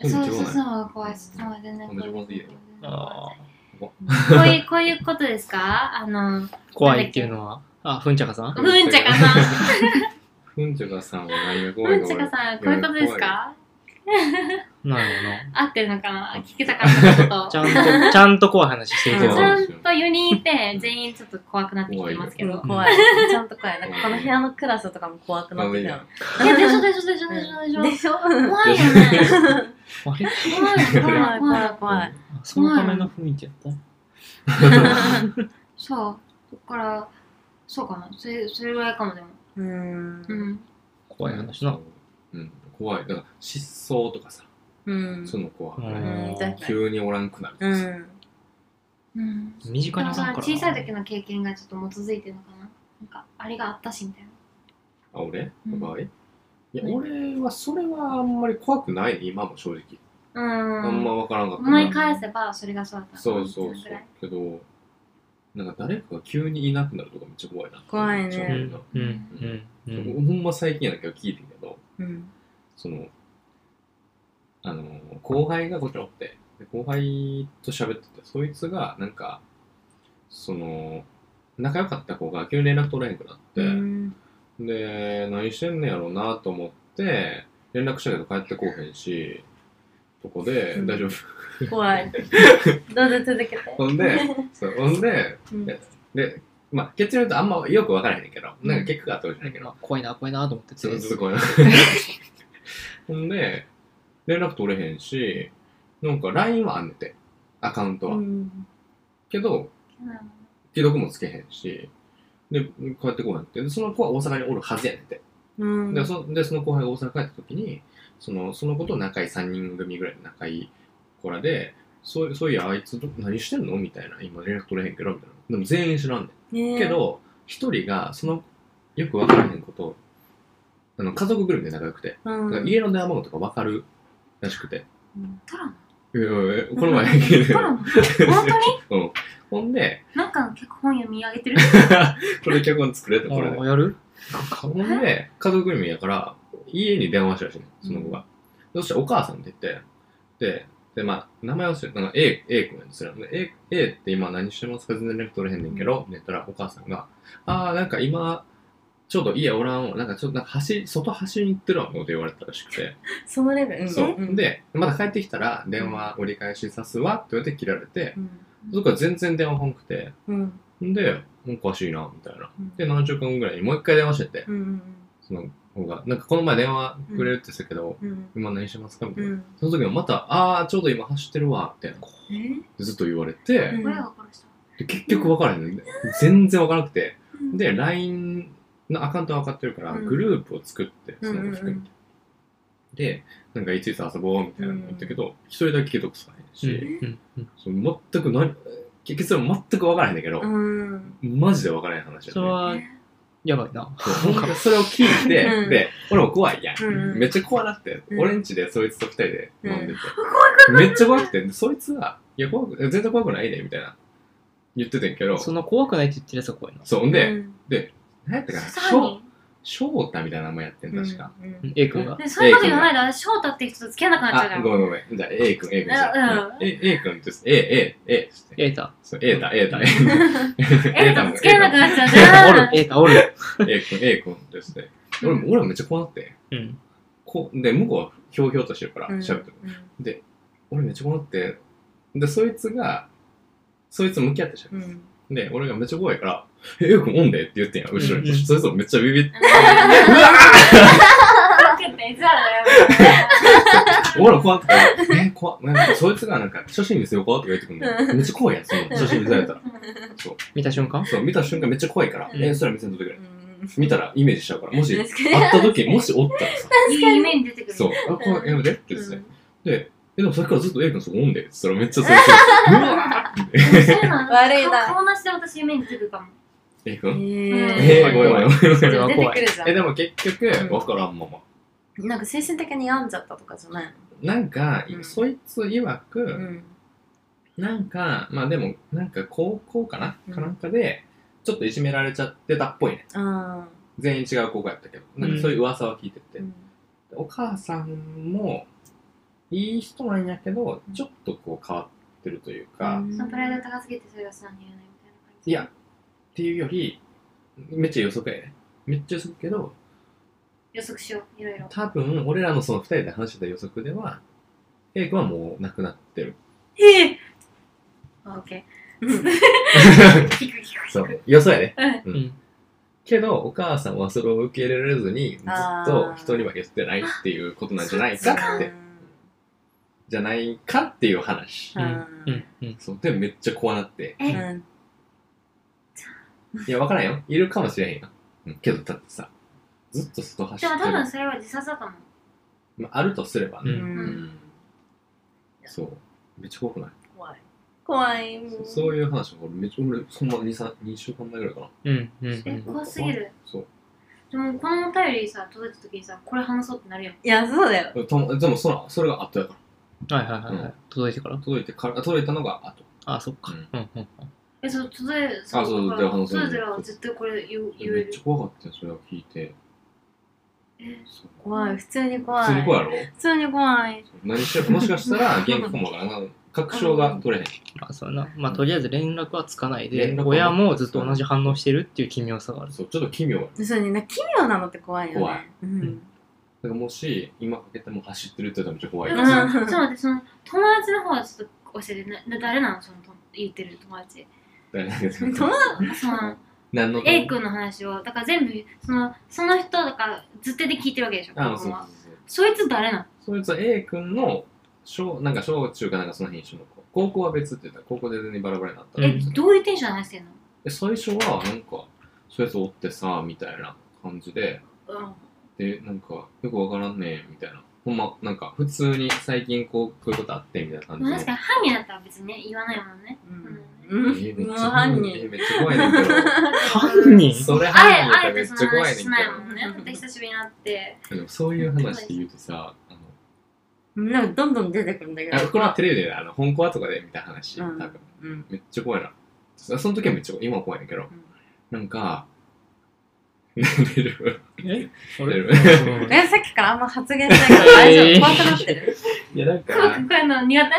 D: そ
A: そ
D: うそううそう
A: そう
D: そう怖いそう全然怖い
A: 同じこと言えよ
C: あー
D: こういうこういうことですかあの
C: 怖いっていうのは、あ、ふんちゃかさん
D: ふんちゃかさん
A: ふんちょかさんは何が怖
D: ふ
A: い
D: ん
A: か
D: ちゃ
A: 俺
D: かさんこういうことですか
C: なるほどな。
D: 合ってるのかな聞きたかった こ
C: ち
D: と
C: ゃんと、ちゃんと怖い話してるけ
A: ん
C: ど
D: ち
A: そ。う
D: ゃんと4人いて全員ちょっと怖くなってきてますけ
E: うん
D: ど
E: 怖い。ちゃんと怖い。なんかこの部屋のクラスとかも怖くなってきた。
D: いやでしょでしょでしょでしょでしょ
E: でしょ
D: 怖いよね
C: あれ
D: 怖い怖
E: 怖
D: い
E: い
D: 怖
E: 怖
D: い
E: い怖い。
C: あそのための雰囲気やった
D: そうだからそうかなそれそれぐらいかもでも
E: うーん
D: う。ん
C: 怖い話な。。
A: うん、怖い。だから、失踪とかさ、
E: うん。
A: そういうの怖
C: う
A: い。
C: ん
E: うん確か
A: 急におらんくなると
E: う
A: かさ。
E: ん。
D: うん
C: 身近に
D: でも
C: いたか
D: さ
C: ら。
D: 小さい時の経験がちょっともう続いてるのかななんかあれがあったしみたいな
A: あ、俺
D: うん
A: の場合いや、俺は、それはあんまり怖くない、今も正直。
D: うん
A: あんまわからんかった
D: 思い
A: な。
D: 返せばそれがそうだった
A: そうそうそ
D: ぐ
A: う
D: らい。
A: けど、なんか誰かが急にいなくなるとかめっちゃ怖いな。
E: 怖いね
A: そう
C: う
A: うんの。
C: うんうんう
A: ほ
C: ん。
A: んま最近やねんけど聞いてんけど、
E: うん。
A: その、あの、後輩がこっちにおって、で後輩と喋ってて、そいつが、なんか、その、仲良かった子が急に連絡取れへんくなって、
E: うん
A: で、何してんねやろうなと思って、連絡したけど帰ってこうへんし、とこで、
E: うん
A: 大丈夫。
E: 怖い。どうぞ続けて。
A: ほん で、そうほんで、
E: うん
A: で、まあ、結論言うとあんまよくわからへんねんけど、なんか結果があったわけじゃないけど、
C: まあ怖いな、怖いなと思って
A: ず
C: て。
A: っとずっと こうやってほんで、連絡取れへんし、なんか LINE はあんねんて、アカウントは。
E: うん
A: けど、既読もつけへんし、で、帰ってこうやって、でその子は大阪におるはずやねんって。
E: うん
A: でそでその後輩が大阪帰った時にそのその子と仲いい3人組ぐらいの仲いい子らでそうそういやあいつど何してんのみたいな今連絡取れへんけどみたいなでも全員知らんねんけ、ど一人がそのよく分からへんことあの家族ぐるみで仲良くて、
E: う
A: だから
E: ん、
A: 家の電話番号とか分かるらしくて
D: トラノ
A: いやいやいやこの前聞い
D: ト
A: て
D: ラノ本当に
A: うんほんで
D: なんかの脚本読み上げ てる
A: これ脚本作れてこれで
C: あやる
A: ほんで、家族ぐるみやから、家に電話したらしいね、その子が。そしてお母さんって言って、で、で、まあ、名前を知る、なんか A、A 君なんですよ。で A、A って今何してますか全然連絡取れへんねんけど、って言ったらお母さんが、あー、なんか今、ちょうど家おらんわ。なんかちょっと、なんか走り、外走りに行ってるわ、こと言われたらしくて。
E: そのレベル、うん、
A: そうう。
E: ん、
A: で、まだ帰ってきたら、電話折り返しさすわ、って言われて切られて、
E: うん、
A: そこから全然電話ほんくて、
E: うん、
A: んで、おかしいな、みたいな。
E: うん
A: で、何週間後ぐらいにもう一回電話してて、
E: うん、
A: その方が、なんかこの前電話くれるって言ってたけど、
E: うん、うん、
A: 今何してますかみた
E: う
A: いな。
E: ん、
A: その時もまた、ああ、ちょうど今走ってるわ、みたいな。
E: え
A: ずっと言われて、
E: うん
D: 親が殺した
A: で結局分からへんの、全然分からなくて。
D: うん
A: で、LINE のアカウントは分かってるから、
E: うん
A: グループを作って、その
E: うんうんうん
A: 含めて。で、なんかいついつ遊ぼうみたいなの言ったけど、一、人だけ既読されへん
C: うん
A: し、
C: うんうん
A: その全く何、結論全く分からへんだけど、
E: うん、
A: マジで分からへん話
C: そ
A: だ
C: れ
A: ね。
C: は、やばいな。
A: そうほんとそれを聞いて、
E: うん
A: で、俺も怖いやん。
E: うん、
A: めっ
E: っ
A: ちゃ怖なって、
E: うん
A: 俺んちでそいつと二人で飲んでて、めっちゃ怖くてでそいつが「いや怖く全然怖くないで」みたいな言っててんけど
C: そ
A: そ
C: の怖くないって言ってるやつが怖いな。
A: うんで、
E: うん、
A: 何やったかな
D: さらに
A: 翔太みたいな名前やってん確か、
E: うん、
C: うん A 君が。
D: でそういうこと言わないで私翔太って人と付き合わなくなっちゃうじゃ
A: あ
D: ん
A: ごめんごめんじゃあ A 君 A 君じゃ
D: うん
A: A, A 君って A A A って
C: A だ。
A: そう A だ A だ A
D: えっ
A: だ
D: と、つけなくなっちゃうじ
C: A だ、おる
D: ゃん。。
C: A だ、おる。
A: A 君 A 君ですね俺も俺もめっちゃ怖なって
C: うん。
A: こで向こうはひょうひょうとしてるから喋ってる、俺めっちゃ怖なってでそいつがそいつ向き合ってしゃべ
E: う
A: る、
E: ん、
A: で、俺がめっちゃ怖いから、え、よくおんでって言ってんやん、後ろに。
C: うんうん
A: そいつもめっちゃビビって、 俺ら怖くて、え、怖っなんかそいつがなんか、初心見せようかとか言ってくるの。めっちゃ怖いやん、その初心見せられたら。
C: 見た瞬間
A: そう、見た瞬間めっちゃ怖いから、
E: うん
A: え、それ見せんとってくれ。
E: うん、
A: 見たらイメージしちゃうから、もし、会っ
E: 確かに
A: た時、もしおったらさ、
D: いい夢に出てくる。
A: そう、あ、これやめてって言ってて
E: うん。
A: で、え、でもさっきからずっと A 君そこおんでって言ったらめっちゃそいつ、うわーって。
D: そういうのは
E: 悪いな
D: 顔なしで私夢に出てくるかも。
A: A
E: え
A: 君
E: ー
A: えー、ごめんごめんごめんごめん。
E: 出てくるじゃ
A: え、でも結局、わからんまま。
E: ん。なんか精神的に病んじゃったとかじゃない
A: なんか
E: う、ん
A: そいつ曰く、
E: のうん。
A: なんか、まあでも、なんか高校かな、
E: うん
A: かなんかで、ちょっといじめられちゃってたっぽいね。
E: あ
A: 全員違う高校やったけど、なんかそういう噂は聞いてて。
E: ー
A: お母さんも、いい人なんやけど、ちょっとこう変わってるというか、っ
E: うん
D: プライド高すぎてそれが素直に言えないみたいな感じ。
A: いやていうより、めっちゃ予測やね。めっちゃ予測けど、
D: 予測しよう、いろいろ。
A: 多分、俺らのその二人で話してた予測では、A 君はもう亡くなって る。
D: ええオッケー。聞く聞く。
A: そう、予想やね。
C: う
A: うんん。けど、お母さんはそれを受け入れられずに、ずっと人には言ってないっていうことなんじゃないかって。じゃないかっていう話
E: う。ん。
C: うん。うん。
A: そう、で、めっちゃ怖なって。
E: う
D: え、
E: ん。
A: いや、わからんよ。いるかもしれへんよ。うん、けど、だってさ、ずっと外走
D: で
A: っ
D: も
A: て
D: 多
A: る。
D: 分それは自殺だと思う。
A: まあ、あるとすれば
C: う。
A: ね。
E: うん。
A: うんそう。めっちゃ怖くない、
E: 怖い。怖い。も
A: そそういう話も俺、めっちゃ、俺、そんな2、3 2週間前ぐらいかな。
C: うん。うん。う
D: え、
C: ん
D: 怖すぎる。
A: そう。
D: でもこのお便りさ、届いた時にさ、これ話そうってなるよ。
E: いや、そうだよ。
A: でもとも、でもそら、それが後やから。
C: はいはいはいは
A: う
C: い。届いてから
A: 届いてから、届いたのが後。
C: あ、そっか。
A: うん
C: うんうん。
D: え、そう、届いた
A: あそう
D: だから
A: そう
D: 届いたら絶対これ言う言え
A: めっ
D: る
A: ちゃ。怖かったよ、それを聞いて。
D: え
A: そう
E: 怖い。普通に怖い。
A: 普通に怖いやろ
E: 普通に怖い。
A: 何しろもしかしたら原稿もわからん確証が取れへん
C: まあそんな、まあとりあえず連絡はつかないで
A: 連絡、は
C: 親もずっと同じ反応してるっていう奇妙さがある。
A: そうちょっと奇妙だ
E: そうね、な奇妙なのって怖いよね。
A: 怖い。
E: うん。
A: からもし今かけても走ってるって言ったらめっちゃ怖い
D: え
A: よ
E: う
D: そ
E: ん
D: うちょっと待って、その友達の方はちょっと教えて、なな誰なのそのと言ってる友達。
E: 友
D: そ の
A: 何の
D: A 君の話を、だから全部、そのその人だからずっとで聞いてるわけでしょ、
A: あ
D: 子
A: そうそうそ
D: 供は
A: う
D: そいつ誰なの
A: そいつは A 君の小なんか小中かなんかその辺一緒の子高校は別って言ったら高校で全然バラバラになった
C: うん
A: ん
D: え
A: ですよ、
D: どういうテンション話してんの
A: で最初はなんかそういうやつおってさみたいな感じで
D: うん
A: でなんかよくわからんねえみたいなほんまなんか普通に最近こうこういうことあってみたいな感じ
D: まあ
A: で
D: 確かに犯人だったら別にね言わないもん ね
E: うん
A: えーめっち
E: もう
A: ゃ
E: 犯
A: え
E: 人
A: ーめっちゃ怖いねんけ ど
C: 犯人
A: それ
D: あ
A: 犯人
D: え
A: やった
D: あ
A: ら
D: え
A: めってち
D: そ
A: ゃ
D: の話
A: 怖いねん
D: し
A: け
D: ないもんね
E: うん
D: ほんと久しぶりに なって
A: どでもそういう話で言うとさあの
E: なんかどんどん出てくるんだけ
A: あ
E: ど
A: これはテレビであの本コアとかで見た話、
E: うん
A: 多分
E: うん
A: めっちゃ怖いなそその時はめっちゃ怖い今は怖いねんだけど、なんか寝れる
C: え
A: あれ
C: え
E: えさっきからあんま発言しないから大丈夫怖くなってる
A: いやなん
D: こうこ
A: か
D: ういうの苦手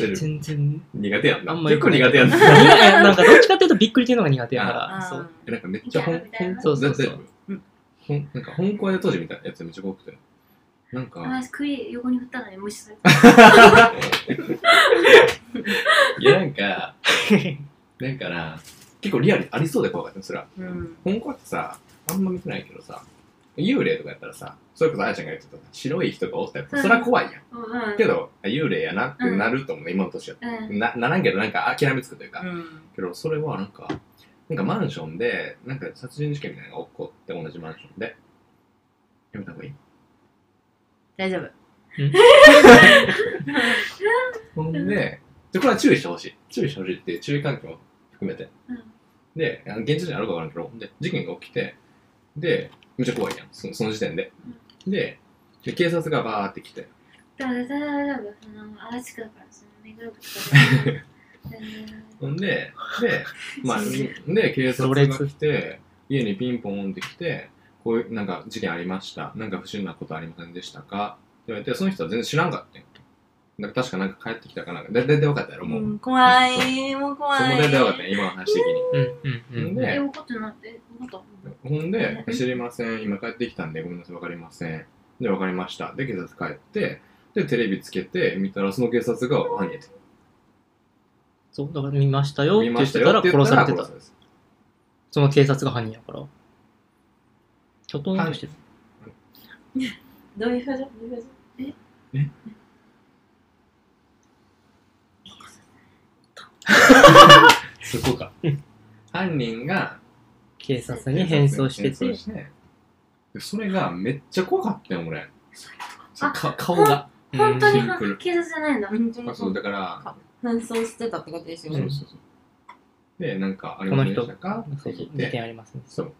A: 寝る
C: 全然。
A: 苦手やんな
C: あんま
A: 結
C: よ
A: 構
C: くない
A: 苦手やん
C: い
A: な
C: やなんかどっちかっていうとびっくり系のが苦手やか
E: あ
C: ら。
E: ー
C: そう。
A: なんかめっちゃ
D: ギャ
A: 本
D: ルみたいな
A: そうそう
C: そう
A: そ
C: そう
A: う
E: うん
A: ほんなんか本校で当時みたいなやつめっちゃ怖くてなんか
D: 私首横に振ったのに無視さ れて
A: いやなんかなんかな結構リアルにありそうで怖かったよそれは
E: うん
A: 本校ってさあんま見てないけどさ幽霊とかやったらさそれこそあやちゃんが言ってた白い人がおったらそれは怖いやん
D: うんうん
A: けどあ幽霊やなってなると思うね今の年やっ
D: うん
A: なならんけどなんか諦めつくというか、
E: うん
A: けどそれはなんかなんかマンションでなんか殺人事件みたいなのが起こって同じマンションでやめた方がいい
E: 大丈夫
A: ほんででこれは注意してほしい注意してほしいっていう注意喚起も含めて、
D: うん
A: であの現実にあるかわからんけどで事件が起きてでめっちゃ怖いやんそその時点で、でで警察がバーって来 て
D: でも絶対大丈夫その足立区だからその目黒区とかで
A: ほんで、で、 まあ、で、警察が来て、家にピンポンって来て、こういう、なんか事件ありました。なんか不審なことありませんでしたかって言われて、その人は全然知らんかったよ。なんか確かなんか帰ってきたかなんか、だだいたい分かったやろ、もう。
E: うん怖いもう怖
A: その
E: い
A: だいたい分かったよ、今の話的に。
C: うんうんう ん。
D: え
A: ね
D: 怒ってないえ怒った
A: ほんで
D: う、ん
A: 知りません、今帰ってきたんで、ごめんなさい、わかりません。で、わかりました。で、警察帰って、で、テレビつけて、見たら、その警察が犯人やって。
C: そう、だから見ましたよって
A: 見
C: 言
A: ま
C: っ
A: した
C: てた
A: よ
C: ら
A: って言
C: 殺
A: っ
C: さ
A: た
C: れ
A: ら
C: て
A: 殺さ。
C: た
A: れてた。
C: その警察が犯人やから。ちょっとなんとしてる。
E: どういう表情どういう表情
A: そこか。犯人が、
C: 警察に変装して
A: 変装
C: て。
A: してでそれがめっちゃ怖かったよ俺そう
D: あ
A: か顔が
D: 本当に
A: シンプル
D: 警察じゃないんだ
E: 本当に
A: あそうだから
E: 変装してたってことですよ
A: そう
E: ね
A: そうそうでなんかありませんでしたか
C: そうそ
A: っ、て
C: う
A: 言
C: 事
A: って
C: 件ありますね。
A: そう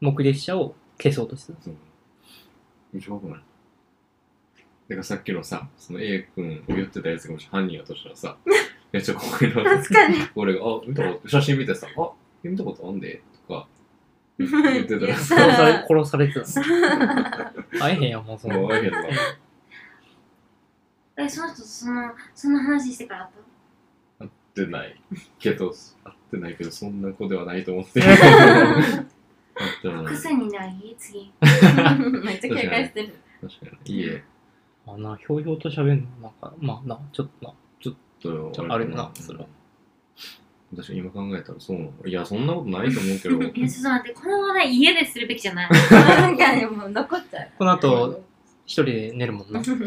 C: 目撃者を消そうとして
A: そうめっちゃ怖くないだからさっきのさその A 君言ってたやつがもし犯人やとしたらさめっちゃ怖いな
D: 確かに
A: 俺があ見たこと写真見てさあ見たことあんでとか言ってたら
C: た。
A: さ
C: 殺され、殺されてた。会えへんやん、もうその。
A: 怖いけどさ
D: えその人とそのその話してからあった
A: 会ってないけど、会ってないけど、そんな子ではないと思っ て。
D: 複数人ない次
E: めっちゃ警戒してる
A: 確かに。いえ、
C: あな、ひょうひょうと喋るの、なんか、まあな、ちょっとな。
A: ちょっ
C: ちょ
A: と
C: っとあるなそれは。
A: 確かに今考えたらそうなの。いや、そんなことないと思うけど。
D: いやちょっと待ってこの話題家でするべきじゃない
E: なんかねもう残っちゃう
C: この後、一人で寝るもんな。
D: そう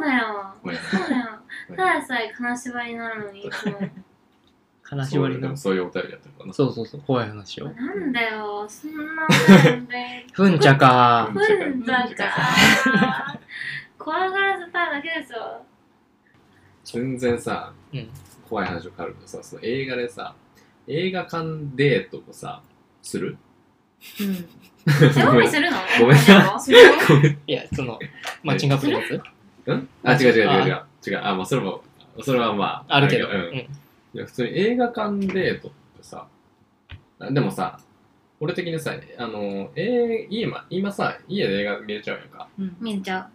D: だよ
A: ごめん
D: そうだよただでさえ金縛りになるのにいつも
C: 悲し割り
A: で
C: な
A: も。そういうお便りやったのかな。
C: そうそうそう、怖い話を。
D: なんだよそんな話 で
C: ふんちゃか
A: ふ。
D: うんだ から怖がらせたいだけですよ
A: 全然さ、
C: うん
A: 怖い話を変わるけどさ、その映画でさ、映画館デートをさ、する
E: うん
D: 背伸びするの
A: ごめん
D: な
C: はいや、その、マッチングアプリのやつ
A: うんあ、違う違う違う違う。違う。あ、まあ、それも、それはまあ。
C: あるけど。
A: うん。いや普通に映画館デートってさあでもさ俺的にさあの、えー、今今さ家で映画見れちゃうやんか
D: 見ちゃ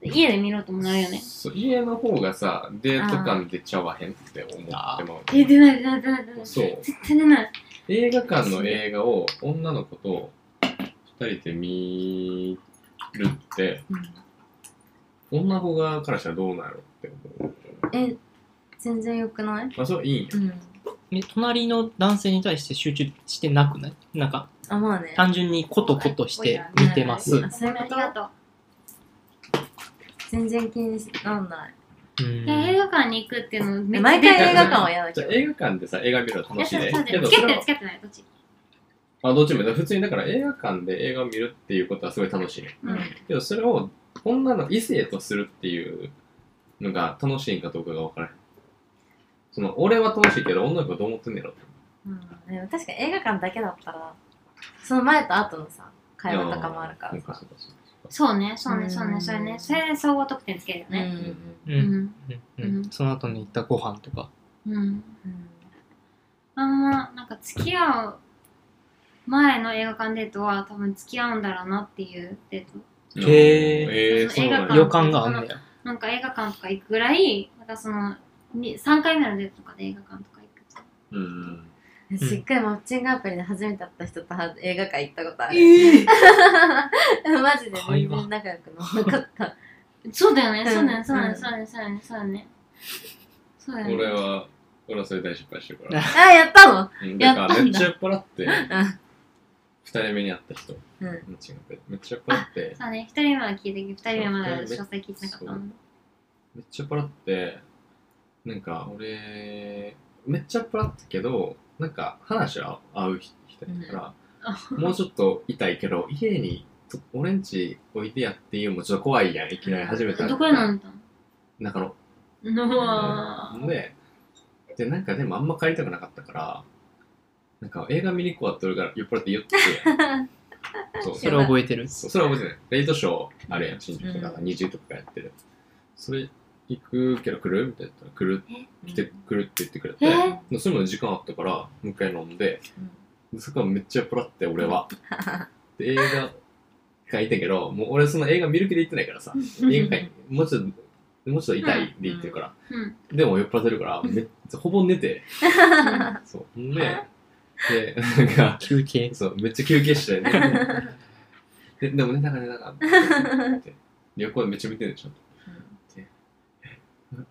D: う家で見ろうともなるよね
A: そう家の方がさデート感出ちゃわへんって思って
C: あー
A: まう
D: え出ない出ない出ない出ない
A: そう
D: 絶対出ない
A: 映画館の映画を女の子と2人で見るって、女の子側からしたらどうなんやろって思う、
E: え全然良くない
A: まあ、それはいいんや
E: うん
C: ね隣の男性に対して集中してなくないなんか、
E: あまあね
C: 単純にコトコトして見てます。
E: あそういう
D: あ
E: こ
D: り
E: と
D: がとう
E: 全然気になんない
C: うん
D: 映画館に行くっていうのめっちゃ
E: 毎
D: 出
E: 回
D: てくる
E: 映画館は嫌だ
A: じ
E: け
A: ゃあ
E: ど。
A: 映画館でさ、映画見るの楽しい
D: い
A: ね
D: やそう。そう
A: けど
D: つけ
A: そ
D: て
A: れ
D: る
A: は
D: つ、けてないどっち
A: あ、どっちも、普通にだから映画館で映画を見るっていうことはすごい楽しい。
D: うん
A: けどそれを女の異性とするっていうのが楽しいんかどうかが分からへん。その、俺は楽しいけど女の子はどう思ってんねやろって。
E: うん、でも確かに映画館だけだったら、その前と後のさ、会話とかもあるから
A: うん
E: さ。
A: そうかそうかそうか
D: そうねそうねそう
E: う
D: ね
E: ん
D: それねそれで総合得点つけるよね
E: うん
C: う
D: うんん
C: うんうんその後に行ったご飯とか。
D: うん
E: うん
D: あんまなんか付き合う前の映画館デートは多分付き合うんだろうなっていうデート
A: うん
C: へー
A: えー、
D: そ
A: そ
D: の
A: う
D: 映画
A: なん
D: 館
A: や
C: 予感があんねや。
D: なんか映画館とか行くぐらいなんかそのに3回目のデートとかで映画館とか行くと
A: うん。
E: しっかりマッチングアプリで初めて会った人とは映画館行ったことある。 マジで全然仲良くなかった。
D: そうだよね、
E: うん
D: そうだよね、そうだよ
E: う
D: ね、
E: ん
D: そうだよね、そうだよね、そうだよね。そうだよね。
A: 俺は、俺はそれ大失敗してるから。
E: あ、やったの
A: うん
E: や
A: だ
E: っ
A: か
E: た
A: ら
E: んだ
A: めっちゃ酔っ払って、
E: ん
A: 二人目に会った人、
E: うん
A: 間違って、めっちゃ酔っ払って、
D: そうね、一人目は聞いてるけど、二人目はまだ詳細聞いてなかったもん。
A: めっちゃ酔っ払って、なんか俺、めっちゃ酔っ払ったけど、なんか話は合う人だから、もうちょっと痛いけど、家にと俺んちおいでやっていうのもちょっと怖いやん、いきなり初めて会った
D: どこへ飲んだ
A: 中野
D: のうわぁ。
A: で、で、なんかでもあんま帰りたくなかったから、なんか映画見に行こうやって俺が酔っ払って言 って、そう、
C: それ覚えてる。
A: そうそれは覚えてない。レイトショーあるやん、新宿とか、
E: う
A: 20時とかやってる。それ行くけど来るみたいな言ったら、来る、 来て来るって言ってくれて、
D: え
A: でそれも時間あったから、もう一回飲んで、でそこはめっちゃ酔っ払って、俺は。で、映画館行ったけど、もう俺その映画見る気で行ってないからさ、映 画館、もうちょっと、もうちょっと痛いで行ってるから、
D: うん。
A: でも酔っ払ってるから、めっちゃほぼ寝て、そう。んで、で、なんか、
C: 休憩。
A: そう、めっちゃ休憩して ね。ででもね、なんかね、なんか、ってで横でめっちゃ見てるでしょ。な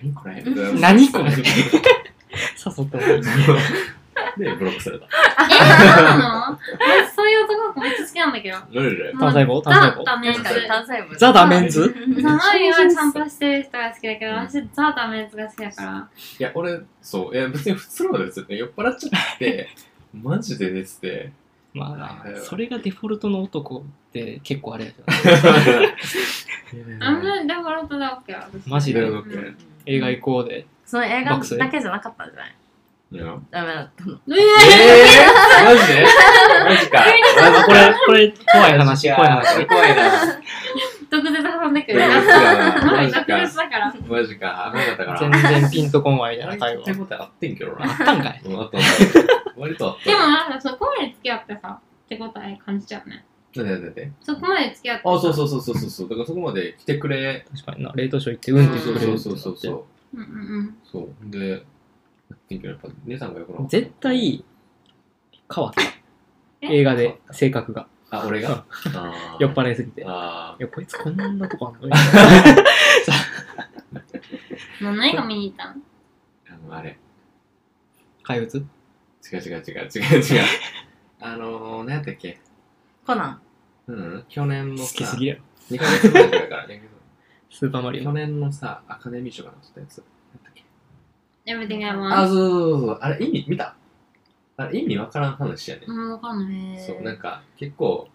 A: 何これみたいな
C: 何これ誘ったの
A: で、ブロックされた。
D: え、そうなのえそういう男の子めっちゃ好きなんだけど。
A: ルルル。
D: もう
C: 単細胞単
D: ザ
C: 細・胞
D: ダメン
E: 確
D: ズ。
E: かに単細胞
C: ザ・ダメ ンズ
D: その前はちゃんとしてる人が好きだけど、私ザ・ダメンズが好きだから。
A: いや、俺、そう、いや、別に普通のですよね。酔っ払っちゃって、マジで寝て て。
C: まあ、それがデフォルトの男って結構あれやけど。
D: あんまりデフォルトだわけよ、私。
C: マジで
A: だって
D: うん
C: 映画行こうで。
E: その映画だけじゃなかったんじゃない
A: いや
E: ダメだったの。
D: う
A: え
D: え
A: ー、マジでマジか。
C: あこれ、これ、怖い話、怖い話。
A: 怖いな。
D: 毒舌挟んでく
A: い
D: る。
A: やマジ
D: 毒
A: か。
D: 舌だから。
A: マジか、危なかったから。
C: 全然ピンとこんわ、みたいな会
A: っ
C: 話
A: て。ことあってんけど
C: あっ
A: な。
C: たんかい。
A: うんあったあった割とあっ
D: でも
A: た。
D: なんかそこまで付き合ってさ、手応え感じちゃうね。
A: でも、だってだって。
D: そこまで付き合ってさ。
A: あ、そうそうそうそうそう。だからそこまで来てくれ。
C: 確かにな、冷凍ショー行って、うんって
A: そう
C: 言ってくれ
A: そ
C: る
A: う
C: って
A: そう
C: なって
A: そうそう。
D: うんうん
A: そう。で、あってんけど、やっぱ姉さんがよくなかった
C: 絶。対、変わった。
D: え
C: 映画で、性格が。
A: あ、俺が。あー
C: 酔っ払いすぎて。い
A: あ
C: や、こいつこんなと こあんの
D: うん。もう何が見に行ったの
A: ーあの、あれ。
C: 怪物
A: 違う違う違う違う違 う。あのー、何やったっけ
E: コナン。
A: うん。去年の
C: 好き
A: さ
C: す、ぎやろ。
A: 2ヶ月前ぐらいから。
C: スーパーマリ
A: 去
C: オ。
A: 年のさ、アカデミー賞が載ってたやつ。何だっけ
D: ?Everything I
A: あ、
D: Want。
A: そうそうそうそう。あれ、意味見たあれ、意味わからん話やね。
D: うん、わかんない。
A: そう、なんか、結構、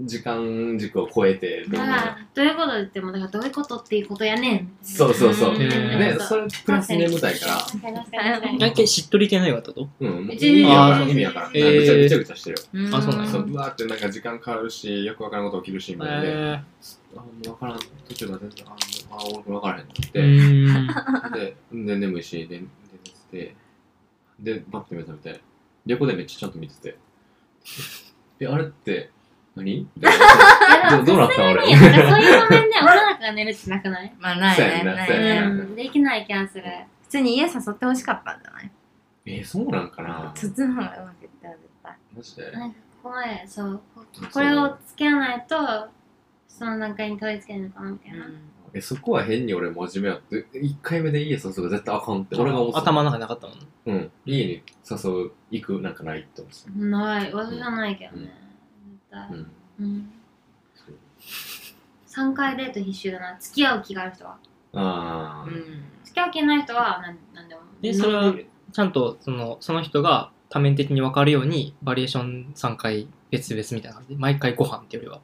A: 時間軸を超えてる
D: だから、どういうこと言っても、だからどういうことっていうことやねん。
A: そうそうそう。
D: ん
A: ね、それプラス眠たいから、
D: 確かに確かに確かに
C: 大体しっとり系の映画だったと
A: うん、もう
D: う
A: 意
D: ち
A: 味わから
C: あ
A: ん、
C: ー
A: 意味わからん。
C: えー
A: ぐちゃぐちゃぐちゃしてるよ。
C: あそうなんや
A: そう、うわーってなんか時間変わるし、よくわからんこと起きるし、みたいなで、
C: え
A: あ、もうわからん、途中が全然、あ、もう、あ、俺わからへんっ
C: ー。う
A: て
C: ーん。
A: なって、で、で、眠いし、で、で、寝てて、で、バッて目覚めて、横でめっちゃちゃんと見てて、え、あれって、何みたいなどどうなったん俺。
D: いや、なんかそういう場面で女の子が寝るってなくない
E: まあ、ないね。な
A: そう
E: い
A: や
E: ね
A: な。
D: うん、できない気がする。
E: 普通に家誘ってほしかったんじゃない
A: えー、そうなんかな
E: そっちの方がうまくいったら絶対。
A: マジで
D: なんかここまで、そう、ここれをつけないと、その段階に取り付けるのかなみたいな。
A: え、そこは変に俺真面目やって、1回目で家誘うが絶対あかんって、俺が思ってた。
C: 頭の中になかったもん。
A: うん、家に誘う、行くなんかないって思って
D: ない、私じゃないけどね。絶対
A: た。う。ん。
D: うん。3回デート必修だな。付き合う気がある人は。
A: あ
E: う
A: ー
E: ん。
D: 関係ない人は何何でも
C: でそれはちゃんとそのその人が多面的に分かるようにバリエーション3回別々みたいな感じで毎回ご飯っていうよりは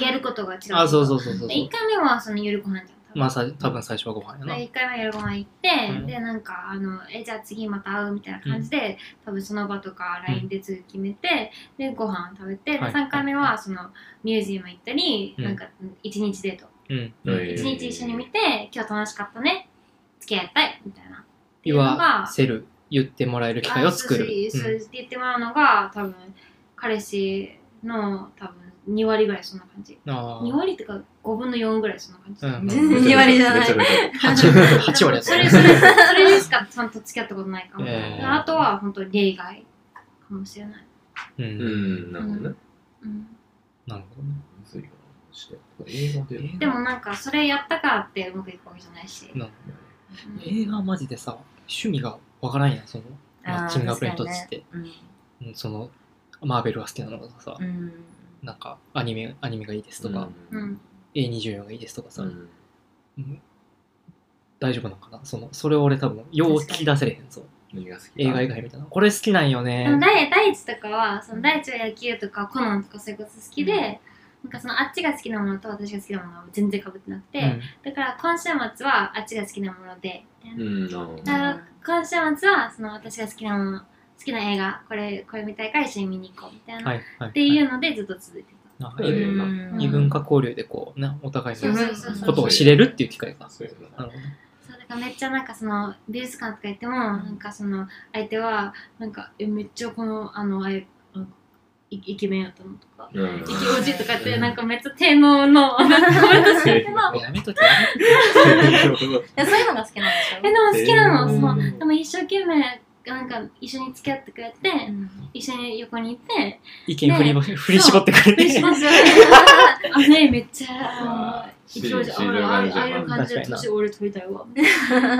D: やることが違う
C: あそうそうそうそうそう
D: で1回目はその夜ご飯じゃん
C: まあさ多分最初はご飯やな、
D: 1回目夜ご飯行って、
C: うん
D: でなんかあのえじゃあ次また会うみたいな感じで、多分その場とか LINE で次決めて、でご飯食べて、で
C: はい
D: 3回目はそのミュージアム行ったり、
C: うん
D: なんか1日デート
C: うん
A: はい
D: 1日一緒に見て今日楽しかったね付き合いたいみたいなってい
C: 言
D: うの
C: わ
D: が
C: せる言ってもらえる機会を作る、
D: あそうそううそうって言ってもらうのが多分彼氏の多分2割ぐらいそんな感じ
C: ん、あ
D: 2割っていうか5分の4ぐらいそんな感じ、
C: うん
E: 全然2割じゃな
A: めちゃ
E: い。
A: めちゃ
C: 8, 割やっ
D: そ
C: た
D: れそれそれでしかちゃんと付き合ったことないかも、
C: えー
D: あとは本当に例外かもしれない、
C: う
A: うんん、なるほどね。
D: うん
C: なるほどね
A: むずいよなして映画で。
D: でもなんかそれやったからってうまくいくわけじゃないし、
C: な
D: うん
C: 映画はマジでさ趣味がわからんやんそのマッチングアプリにとっつって、
E: うん。
C: うんそのマーベルは好きなのとかさ、
E: うん。
C: なんかアニメアニメがいいですとか、
D: うん
C: A24 がいいですとかさ、
A: うん。
C: うん大丈夫なのかなそのそれを俺多分よう聞き出せれへんぞ
A: 何が好きか
C: 映画以外みたいなこれ好きなんよ
D: でも
C: ね
D: 第第一とかはその第一は野球とかコナンとかそういうこと好きで、
E: うん
D: なんかそのあっちが好きなものと私が好きなものは全然かぶってなくて、
C: うん
D: だから今週末はあっちが好きなもので、
A: うん、なるほど
D: だから今週末はその私が好きなもの好きな映画これこれ見たいから一緒に見に行こうみたいな、
C: はい
D: っ
C: はいはい
D: ていうのでずっと続いてた、
C: なんか
A: そういうの
E: うん
C: 異文化交流でこうなお互い
D: そう
C: の
D: そうそうそう
C: ことを知れるっていう機会が
A: そうやな。
C: なるほど
D: そうだからめっちゃなんかその美術館とか行っても、なんかその相手はなんかえめっちゃこのあのあれあのイイケメンやったのとか。
A: うん
D: イケオジとかってなんかめっちゃ天 皇のなんか私のえでも
C: ねやめとけやめとけ
E: いやそういうのが好きなんでしょ
D: 好きなの、
A: えー
D: そうでも一生懸命なんか一緒に付き合ってくれて、
E: うん
D: 一緒に横にいて
C: 意見振りば振り絞ってくれ
D: クリス
C: て
D: マスはあねめっちゃあの
A: し
D: 勢いじゃんあらああああいう感
C: 確
D: じで
C: かにな
D: 年俺取りたいわみたいな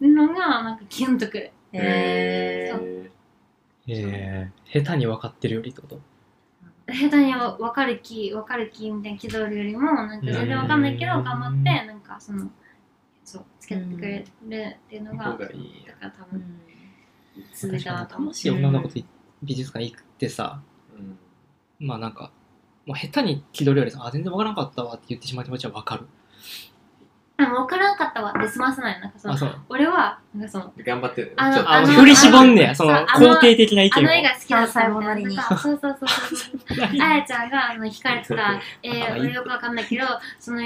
D: のが なんかキュンとくる
E: へー
C: ええ下手に分かってるよりってこと
D: 下手に分かる気分かる気みたいな気取るよりもなんか全然分かんないけど
C: うん
D: 頑張ってなんかそのそうつけてくれるっていうのが、
A: うん
D: だ
A: いい
D: から多
E: う
D: 分
E: ん
D: 続いたなと思う
C: もし女の子と美術館行ってさまあなんかもう下手に気取るよりさあ全然分からんかったわって言ってしまう気持ちは分かる
D: でも分からんかったわって済ませないなんかそ
C: あ
D: の
C: そう
D: 俺はなんかその
A: 頑張ってね。
D: あの
A: ちょっと
C: あ
D: の
C: 振り絞んねやそ
D: そう
C: の
D: あの
C: 肯定的な意
D: あ
C: 見を
D: の絵が好きだったみたいな
E: あ
D: なんかそうそうそうそうそうあやちゃんがあの惹かれて た、えー、俺よくわかんないけど、その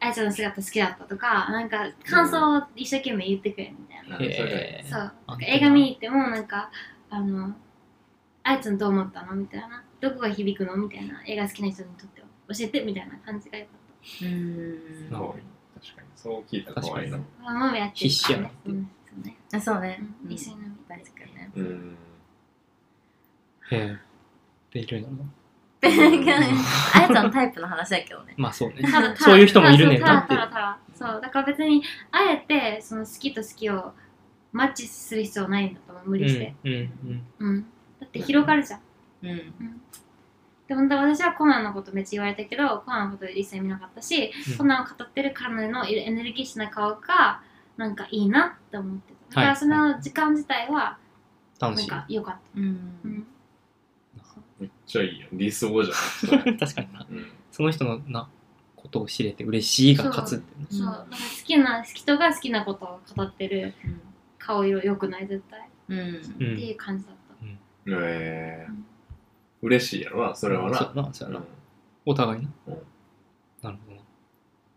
D: あやちゃんの姿好きだったとか、なんか感想を一生懸命言ってくれるみたいな。
A: うんそれで
C: えー
D: そう。
C: あんたな
D: 映画見に行っても、なんか、あの、あやちゃんどう思ったのみたいな。どこが響くのみたいな。映画好きな人にとっては教えてみたいな感じがよかっ
E: うん
C: なるほど
A: 確かに。そう聞いたら可愛いな。
D: た。まあ、もうやってるからね
C: 必死やな
D: そうね。そうね
E: あそうね
D: うん一緒に飲みたい
E: 確かにね
A: うん。
C: へえ勉強になるな
E: あやちゃんのタイプの話だけどね
C: まあそうね
D: ただた だ
C: そういう人もいるねんなって
D: ただただただただそうだから別にあえてその好きと好きをマッチする必要ないんだと思う無理して、
C: うんうん
D: うん、だって広がるじゃん。
E: うん
D: で本当私はコナンのことめっちゃ言われたけどコナンのこと一切見なかったし、
C: うん
D: コナンを語ってる彼のエネルギッシュな顔がなんかいいなって思ってただか
C: は
D: ら
C: い
D: その時間自体はな
C: 楽し
D: ん
C: い
D: か良かった、
E: う
D: うんん
A: めっちゃいいよ。理想じゃん。
C: 確かにな
A: うん
C: その人のなことを知れて嬉しいが勝つってね
D: そうなんか好きな人が好きなことを語ってる顔色良くない絶対、
E: うん
C: うん
D: っていう感じだっ
A: ええ。嬉しいやろな、それは
C: そう
A: な。
C: やなそう
A: う
C: やなんお互いな
A: うん
C: なるほどな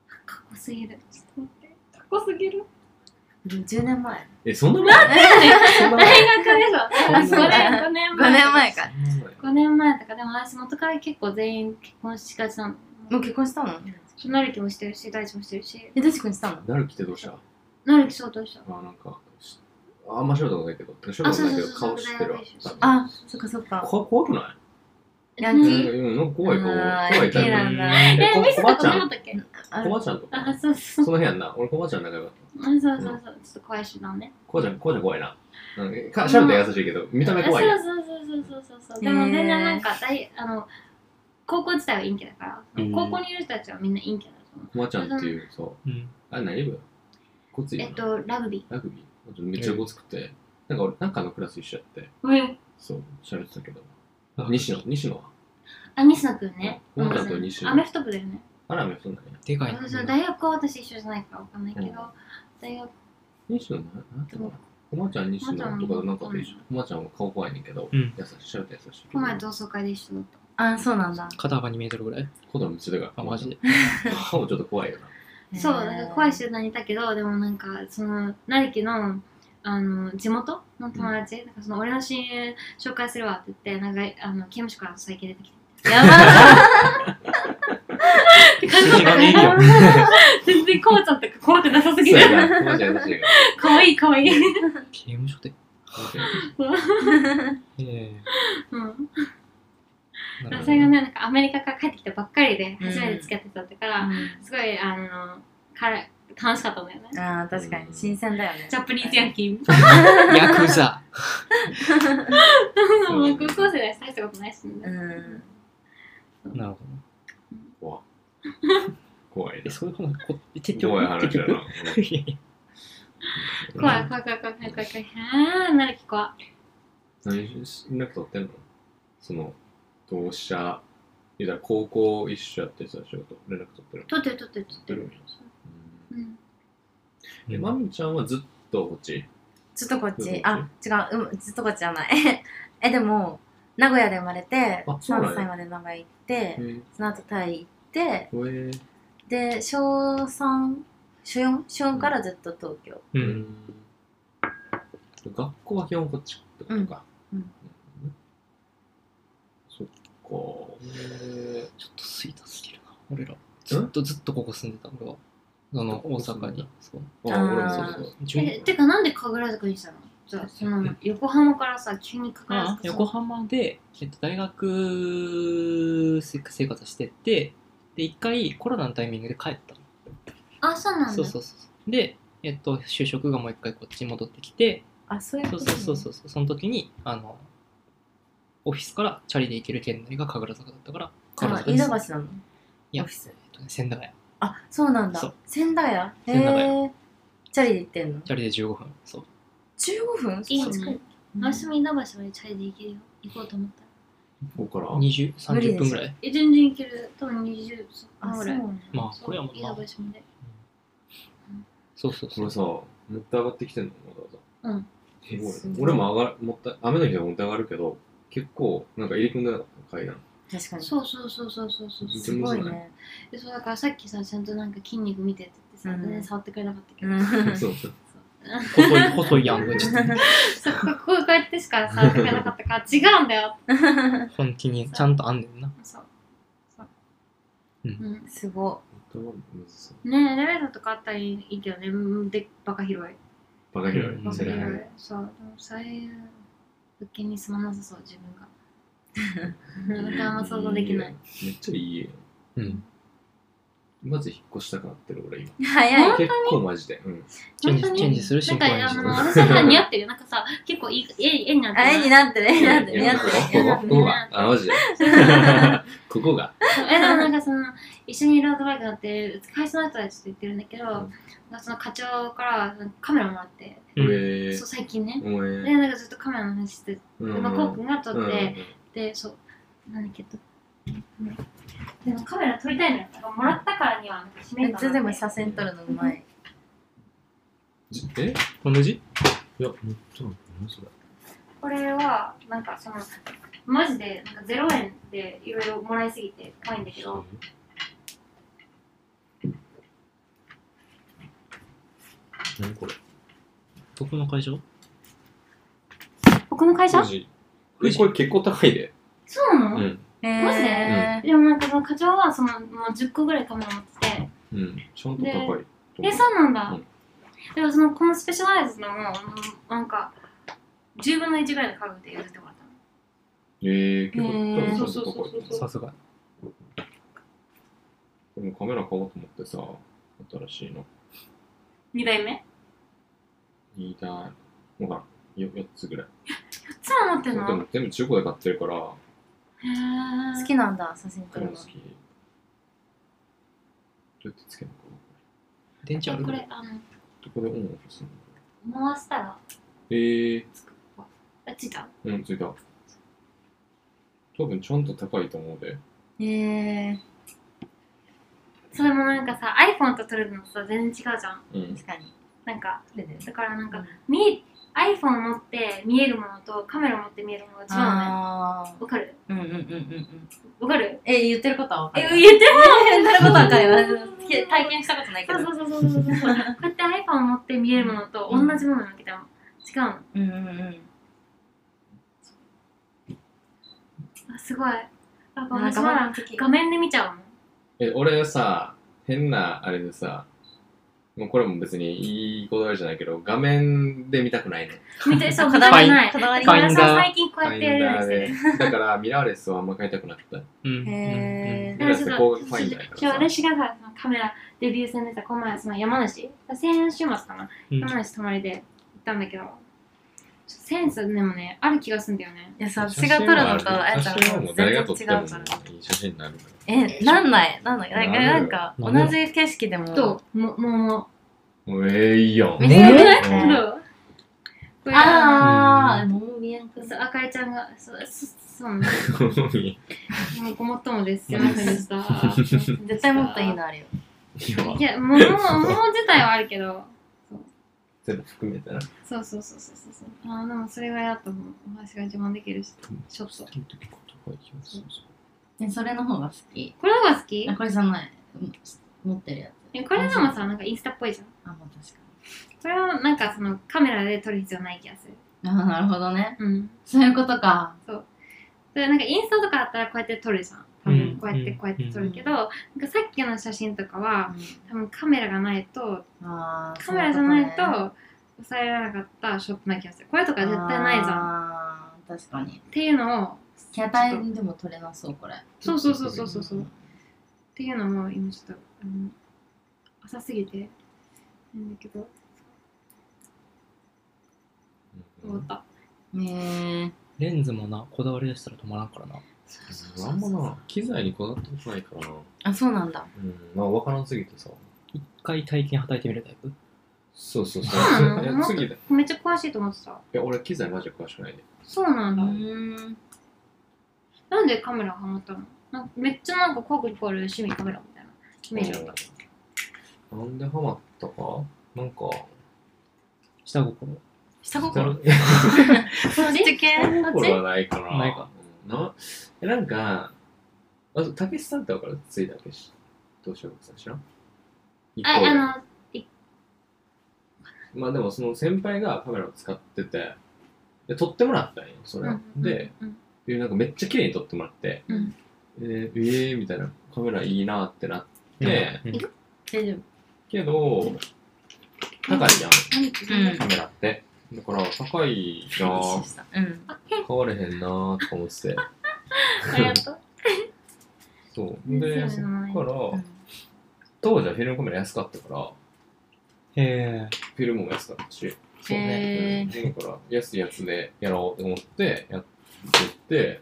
D: たかっこすぎるちょっと待ってかっこすぎる
E: 10年前
A: え、そんな前そんな前
D: 大学でしょ
E: そうだ
D: 5年
E: 5年前
A: そ
E: か
A: んな前
D: 5年前とかでも私元から結構全員結婚しがちなの
E: もう結婚したの
D: なるきもしてるし大地もしてるし
E: えどし君したの
A: なるきってどうした
D: なるきそうどうした
A: まあなんか、しあんましょうとないけど、しょうとないけど、顔知ってるわ。
E: あそっかそっか
A: こ怖くな
E: ヤ
A: い
E: ン
A: う
E: キ
A: ん
E: ー
A: うん、なんか怖い子。
E: あー
A: 怖いタイプ
E: ヤンなんだ
A: え
D: え
A: こ
D: 見せた
A: こばち
D: こと
A: ゃ
D: なんかったっけ
E: あ
A: コバちゃんとか。
D: あそうそう
A: その辺やんな。俺コバちゃん仲良かった。
D: あそうそうそうちょっと怖いしなね
A: コバちゃん、コバちゃん怖いな。うん、かシャンプー優しいけど、見た
D: あ
A: 目
D: そう
A: 怖いやん。
D: そうそうそうそうそうでも全然なんか大あの高校自体は陰キャだから
C: うん
D: 高校にいる人たちはみんな陰キャだと思う
A: コバちゃんっていう、そう。
C: うん
A: あれ何部ごつい
D: え
A: よ
D: っ
A: な
D: と、ラグビ
A: ラグビーめっちゃごつくて、なんか俺、なんかのクラス一緒やって、
D: ー。うん。
A: そう、喋ってたけど。西野、西野は
D: あ、西野くんね。
A: うん
D: うん
A: あと西野
D: アメフト部だよね。
A: あら、めそうなんや。
C: でかい
D: 私は
C: な。
D: 大学は私一緒じゃないからわかんないけど、大学
A: 西野な、なんていうのおまちゃん西野とかなんかと一緒。おまちゃんは顔怖いねんけど、
C: うん。
A: 優しい、喋って優しいけど。
D: この前同窓会で一緒だった。
E: あ、そうなんだ。
C: 肩幅2メートルぐらい。
A: 子供めっちゃでかい。
C: あ、マジで。。
A: 顔ちょっと怖いよな。
D: そう、
E: へー
D: なんか怖い集団にいたけど、でもなんか、その、成樹の、あの、地元の友達、なんかその、俺の親友紹介するわって言って、なんか、あの、刑務所から最近出てき
E: やば
D: た。って感じだったか
C: いいよ
D: ら、 全然こうちゃんとか怖くなさす
A: そう
D: ぎる。
A: やな、おまちゃん優しいか
D: かわいいかわいい。
C: 刑務所で。
A: ら。
C: え
D: うん。
C: え。なる
D: そ
C: ほど
D: れが
C: ね。
D: ね、なんかアメリカから帰ってきたばっかりで、初めて付き合ってたってから、
E: い。
D: すごい、あの、から楽しかったんだよね。
E: あー、確かに。新鮮だよね。
D: ジャパニーズヤンキーみたい
C: ヤクザ。
D: な。もう高校生で大したことないしね。
E: うん。
C: なるほどね。
A: 怖い
C: え、
A: な。
C: そういう話、こ結局、
A: 怖い話
C: 結
A: や
C: 局。
A: な。
C: いやいや
D: 怖い怖い怖い怖い怖い怖い怖い。あー、なるき怖い。
A: 何し連絡取ってんのその、同志社、言うたら高校一緒やってる人の仕事、連絡取ってる
D: 撮ってる撮ってる撮って
A: 取っ
D: る
A: て。
D: う
A: の
D: ん。
A: え、まみちゃんはずっとこっち
E: ずっとこっ
A: ず
E: ち
A: っ。とこ
E: あ
A: っ、
E: 違う。うん、ずっとこっちじゃない。 え、でも、名古屋で生まれて、
A: あそうなんや
E: 3歳まで名古屋行って、
A: え
E: その後タイ行って、
A: ー、
E: で、小3、小 4? 小4からずっと東京。
A: う
C: う。
A: んん。学校は基本こっちってことか。
E: うんうん
A: んそっか。え
C: ちょっとスイートすぎるな、俺ら。ずっとずっとここ住んでた、俺は。その、大阪に。そう。
A: ー、
E: あ
A: あ、
E: ー
A: 俺もそうだけど。
C: 順
D: え、てかなんで神楽坂にしたのじゃあ、その、横浜からさ、急に神楽
C: あ
D: 坂。
C: 横浜で、えっと、大学せ生活しててで一回コロナのタイミングで帰ったの
D: あ、そうなんだ。
C: そうそうそうで、えっと、就職がもう一回こっちに戻ってきて
E: あ、そういう
C: そ
E: こ
C: う
E: と
C: そうそうそうその時にあのオフィスからチャリで行ける県内が神楽坂だったから神
E: あ飯
C: 楽、坂です
E: 田橋なの
C: いや
E: オフィス。
C: えっとね千駄ヶ谷
E: あ、そうなん
C: そ
E: だ
C: う。
E: 千駄ヶ谷
C: 千駄ヶ
E: へー。チャリで行ってんの
C: チャリで15分そう
E: 15分
D: いいね。
E: うん
D: 私も稲橋までチャリで行けるよ。行こうと思ったら。
A: ここから
E: 無理で
C: 2030
E: す
C: 分ぐらい
D: え、全然行ける。多分20
E: あ、
D: 分
E: そ
D: ぐ
E: う
D: ら。
E: ないんだ
C: まあこれはも
D: そうう稲橋まで。
C: そうそう
A: こ
C: そ
A: れ
C: う
A: さ、もって上がってきてんのわざわざ。
D: うん
A: え
E: すごい
A: 俺も上がる、もったい雨の日はもって上がるけど、結構、なんか入り組んでなかった階段。
E: 確かに。
D: そうそうそうそうそうそう。
E: すごいね。
D: でそうだからさっきさ、ちゃんとなんか筋肉見てって言ってさ、
E: うん
D: 全然触ってくれなかったけ
E: う
D: ど。
E: ん
A: そうそう。
C: 細い細いやんちょっと
D: そうこここうやってしか触ってくれなかったから、違うんだよ。
C: 本気にちゃんとあんねんな
D: そう。そう。
C: うん
D: ん
E: すご
A: もって上がるむずそう
D: ねえ、エレベーターとかあったらいいけどね、うんで、バカ広い。
A: バカ広
C: う
A: い。
C: ん
D: バカ
A: 世代
D: 広い
A: が。
D: そう、でもそういう物件に住まなさそう、自分が。なんかあんま想像できない。
A: めっちゃいい家。
C: うん
A: マジ引っ越したくなってる俺今。
E: い。早い。
A: 結構マジで。うん。
C: チェン
D: 本当
C: ジ
D: に
C: チェンジする
D: な
C: 心
D: んか、
C: 配に
D: あ
C: す
D: の、
C: る
D: 私は似合ってるよ。なんかさ、結構いい、絵絵になって
E: あ
D: る。
E: れになってる、になってる、
A: い
E: に
A: や
E: な
A: こ
E: って
A: こが、
E: る。
A: ここが、あ、マジで。 ここが。
D: え、でもなんかその、一緒にロードバイク乗ってる、会社の人たちと言ってるんだけど、
A: ん
D: なんかその課長からカメラもらって、
C: うん
A: え
D: そう、最近ね。
A: お前
D: で、。なんかずっとカメラの話してて、
A: う
D: で
A: ん
D: まあ、こうくんが撮って、
A: うん
D: で、そう、なんだっけど、ねでもカメラ撮りたいのよ。なんかもらったからには、締
E: め
D: め
E: っちゃでも左線取るのうまい。
A: じえ
C: 同じ
A: いや、めっちゃ、何それ。
D: これは、なんかその、マジで、なんか0円でいろいろもらいすぎて怖いんだけど、
A: 何これ
C: 僕の会社
D: 僕の会社
A: これこれ結構高いで。
D: そうなの、
A: うん。
D: マジで
E: へ
D: でもなんかその課長はそのもう10個ぐらいカメラ持ってて、
A: うん。ちゃんと高い。
D: え、そうなんだ。
A: うん
D: でもそのこのスペシャライズのもうんなんか10分の1ぐらいの価格で譲ってもらったの。
A: えー、結構
E: へー
A: ちゃんと高い。
D: そう
C: さすが
A: でもカメラ買おうと思ってさ、新しいの。
D: 2台目
A: リーダー、ほら、よ4つぐらい。
D: ?4 つも持って
A: で
D: んのへ
A: も全部中古で買ってるから、
D: ー
E: 好きなんだ、左線
A: こ
E: 取
A: れ
E: る
A: も
E: の
A: 好。き。どうやってつけるのか
C: 電池ある
D: これ、あの、
A: どこでオンオフするの
D: 回したら、
A: ええ
D: あ、ついた
A: ー、うん、ついた。多分ちゃんと高いと思うで。
E: へえ
D: それもなんかさ、iPhone と撮るのとさ、全然違うじゃん。
A: うん。
E: 確かに
D: なんか、
E: それだよね
D: だからなん
E: う
D: か
E: ん、
D: 見え、iPhone 持って見えるものとカメラ持って見えるものが違うのね。
E: あ
D: わかる
E: ーうんうんうんうんうん
D: わかる
E: え言ってることは分
D: え、
E: かる
D: 言 ってる
E: 言ってることは分 かるよき体験したことないけ
D: そ
E: ど
D: うそうそうそうそう。こうやって iPhone 持って見えるものと同
E: うん
D: じものだけでも違うの。
E: うんうんうん
D: あすごい。やっぱ
E: なん
D: 私
E: か
D: まだ
E: の時
D: 画面で見ちゃうもん。
A: え、俺さ、変なあれでさ、もうこれも別にいいことあるじゃないけど、画面で見たくないの。
D: 見 て、そう、見
C: だ
D: たく
C: わり
D: ない。
E: こ
D: だ
E: だわり
D: か
C: ファ
D: ら
C: イン
D: さ、
C: ダー
D: 最近こうやってやるようにしてる。
A: ファインダーで。だからミラーレスはあんま買いたくなくて。
C: うん。
E: へ
A: だからそこファインダーやから
D: 今日
A: さ。
D: 私がさ、そのカメラデビュー戦でさ、この前その山梨、先週末かな、
C: うんうん
D: 山梨泊まりで行ったんだけど、ちょっとセンスでもね、ある気がするんだよね。
E: いやさ私が撮るのとあやちゃん
A: 写真はもう
E: 全
A: 誰
E: 然
A: が
E: 違
A: 撮って
E: う
A: も
E: から
A: いい写真になるから。
E: えなんないなんない
A: な
E: なんん
A: な
E: か
A: い
E: なんか
C: な
E: 同
C: んな
E: じ景色でも
D: どうも、もう、も
A: もうええいいやん。
E: 見てる
D: う、
A: うん
D: どうこれ
E: ああもう見えんく
D: そう、
E: さ
D: あかりちゃんが、そう、そそうね、
A: い
D: もうごもっともです。すいませんでした。
E: 絶対もっといいのあるよ
A: いわ
D: いや、もう、もう、もう自体はあるけど、
A: 全部含めてな。
D: そうそうそうそうそうそう。ああ、でもそれぐらいだと思う。私が自慢できるし、ちょっと。
E: えそれの方が好き
D: これの方が好き
E: あこれじゃないうん持ってるやつ
D: えこれでもさ、なんかインスタっぽいじゃん。
E: あまあ確か
D: これはなんかそのカメラで撮る必要ない気がする。
E: にあーなるほどね
D: うん。
E: そういうことか
D: で、なんかインスタとかだったらこうやって撮るじゃん。多
C: うん
D: 分こうやってこうやって撮るけど、
E: う
D: なんかさっきの写真とかは、多分カメラがないと、
E: あー
D: カメラじゃない
E: そううことね
D: と抑えられなかったショットな気がする。これとか絶対ないじゃん。っ
E: あー確かに
D: ていうのを、
E: 携帯でも撮れなそうこれ
D: そうそうそうそうそうそう。っていうのも今ちょっと、あの、浅すぎて、なんだけど、終わった。
E: ね
C: レンズもな、こだわり出したら止まらんからな。
A: あんまな、機材にこだわってないからな。
E: えあそうなんだ
A: うん、まあ分からんすぎてさ。
C: 一回体験働いてみるタイプ
A: そうそうそう。
D: そうなの
A: いや、
D: もっと
A: 次だ。い
D: めっちゃ詳しいと思ってた。
A: や、俺、機材マジで詳しくないで。
D: そうな
E: うん
D: だ。
E: ーん
D: なんでカメラがハマったのなんかめっちゃなんかコグイコール趣味カメラみたいなイメージだった。
A: なんでハマったかなんか。
C: 下心。
E: 下
A: 心
E: 心
D: そっち系
A: 心はないから。
C: ないか
A: うん。な、えなんか、あと、たけしさんって分かるついだけし。どうしようか知らん一
D: あ、
A: 個上
D: あ
A: まあでもその先輩がカメラを使ってて、で、撮ってもらったんよ、それを。
D: の、
A: で、、
D: うん
A: でなんかめっちゃ綺麗に撮ってもらって、
D: うん
A: でえー、みたいな、カメラいいなってなっ
C: え
A: て、
C: え
E: 大丈夫
A: けど、高いじゃん、
D: 何
E: うん
A: カメラって。だから、高いな
E: 一緒
A: ぁ、
E: したうん
A: 買われへんなぁとか思ってて。
D: ありがとう。
A: そう。で、そっ
E: う
A: から、
E: ん
A: 当時はフィルムカメラ安かったから、
C: へえ。
A: フィルムも安かったし、
C: そうね。
E: へー
A: だから安いやつでやろうと思ってやってて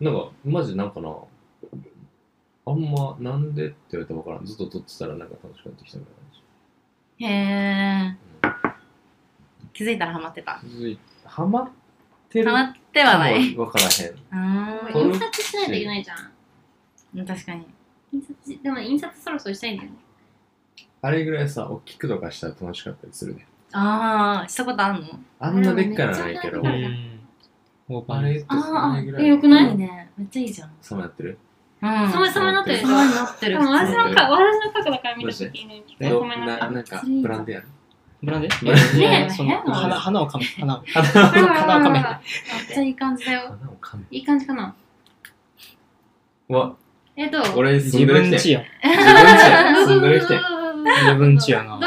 A: なんかマジなんかなあんまなんでって言われたら分からんずっと撮ってたらなんか楽しくなってきたみたい
E: へー
A: な感
E: 気づいたらハマってた
A: じ続いてハマってる
E: ハマ
A: か
E: ってはない
A: 分からへん
E: あ
A: 撮る
D: 印刷しないといけないじゃん。
E: ー確かに
D: 印刷し、でも印刷そろそろしたいんだよね。
A: あれぐらいさ大きくとかしたら楽しかったりするね
E: ああしたことあんの
A: あんなでっかいのはないけ
D: う
A: ど
D: ん
C: うん。オーバ
A: あ
C: ー
A: れ
C: レ
A: とあれぐら
D: ああ
A: い
D: よくない
E: いねめっちゃいいじゃん
A: さまやってる
E: うん
D: そもそもなってるでしょ。
E: 様になって
D: で
E: る
D: も
E: 普
D: 私
E: 通
D: のか、私の角度から見たときに、
A: え
D: 結構
A: ど
D: ごめんな
A: な
D: さい。
A: なんかブランデーや
C: ブランデ
A: ブラ
C: ー
A: ン
D: デー
C: えその
E: ねえ
C: 花花をかめ。花を。
A: ろ
D: ほらほら
C: 鼻を
D: ほ
C: かめ
D: らほら
E: めっちゃいい感じだよ
A: 花を噛む
D: いい感じかな。
A: わ
D: え、どう
A: 俺住
C: 自
A: んでる人
C: 分
A: や
C: ちや。
A: 自分ちや住
D: どうん
A: でる人や
C: 自分ちやな。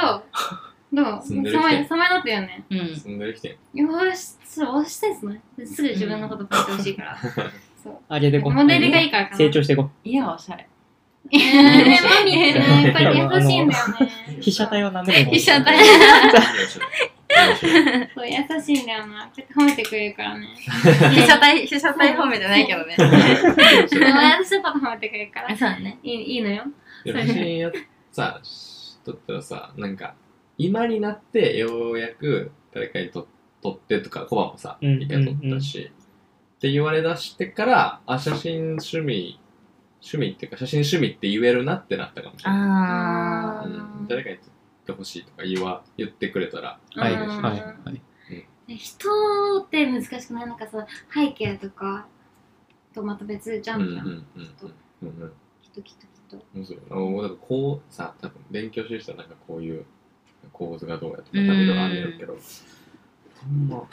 D: どうどう
A: 住んでる人
D: さまに、さまになったよね。
E: うん
A: 住んでる人や
D: よし、それ押したいっすね。すぐ自分のこと書いてほしいから。そう。
C: あげてこ。
D: モデルがいいからかな。
C: 成長していこ
E: 家はお しゃれ
D: え ー、マミってね、やっぱり優しいんだよ
C: う。
D: ね。
C: 被写体は何でもいい。
E: 被写体
D: そう、優しいんだよな。こうやって褒めてくれる からね。
E: 被写体被写体方面じゃないけどね
D: でも私のこと褒めてくれるから
E: そう。だね
D: いいいいのよ。
A: 写真やさ、人だったらさなんか今になってようやく誰かにと撮ってとかコバもさ
C: うん
A: 一回撮ったし、って言われだしてからあ写真趣味趣味っていうか写真趣味って言えるなってなったかもしれない、
E: あ
A: うん誰かに撮ってほしいとか言わ言ってくれたら
D: うん
F: はいはいはい。
D: 人って難しくないなんかさ背景とかとまた別じゃ
A: うんんう
D: じゃん、
A: んうんうんうんうん
D: きっときっときっと
A: そうそうあのなんかこうさ多分勉強してる人はなんかこういう構図がどうやとか
E: うん
A: 食べるあるやるけどあんま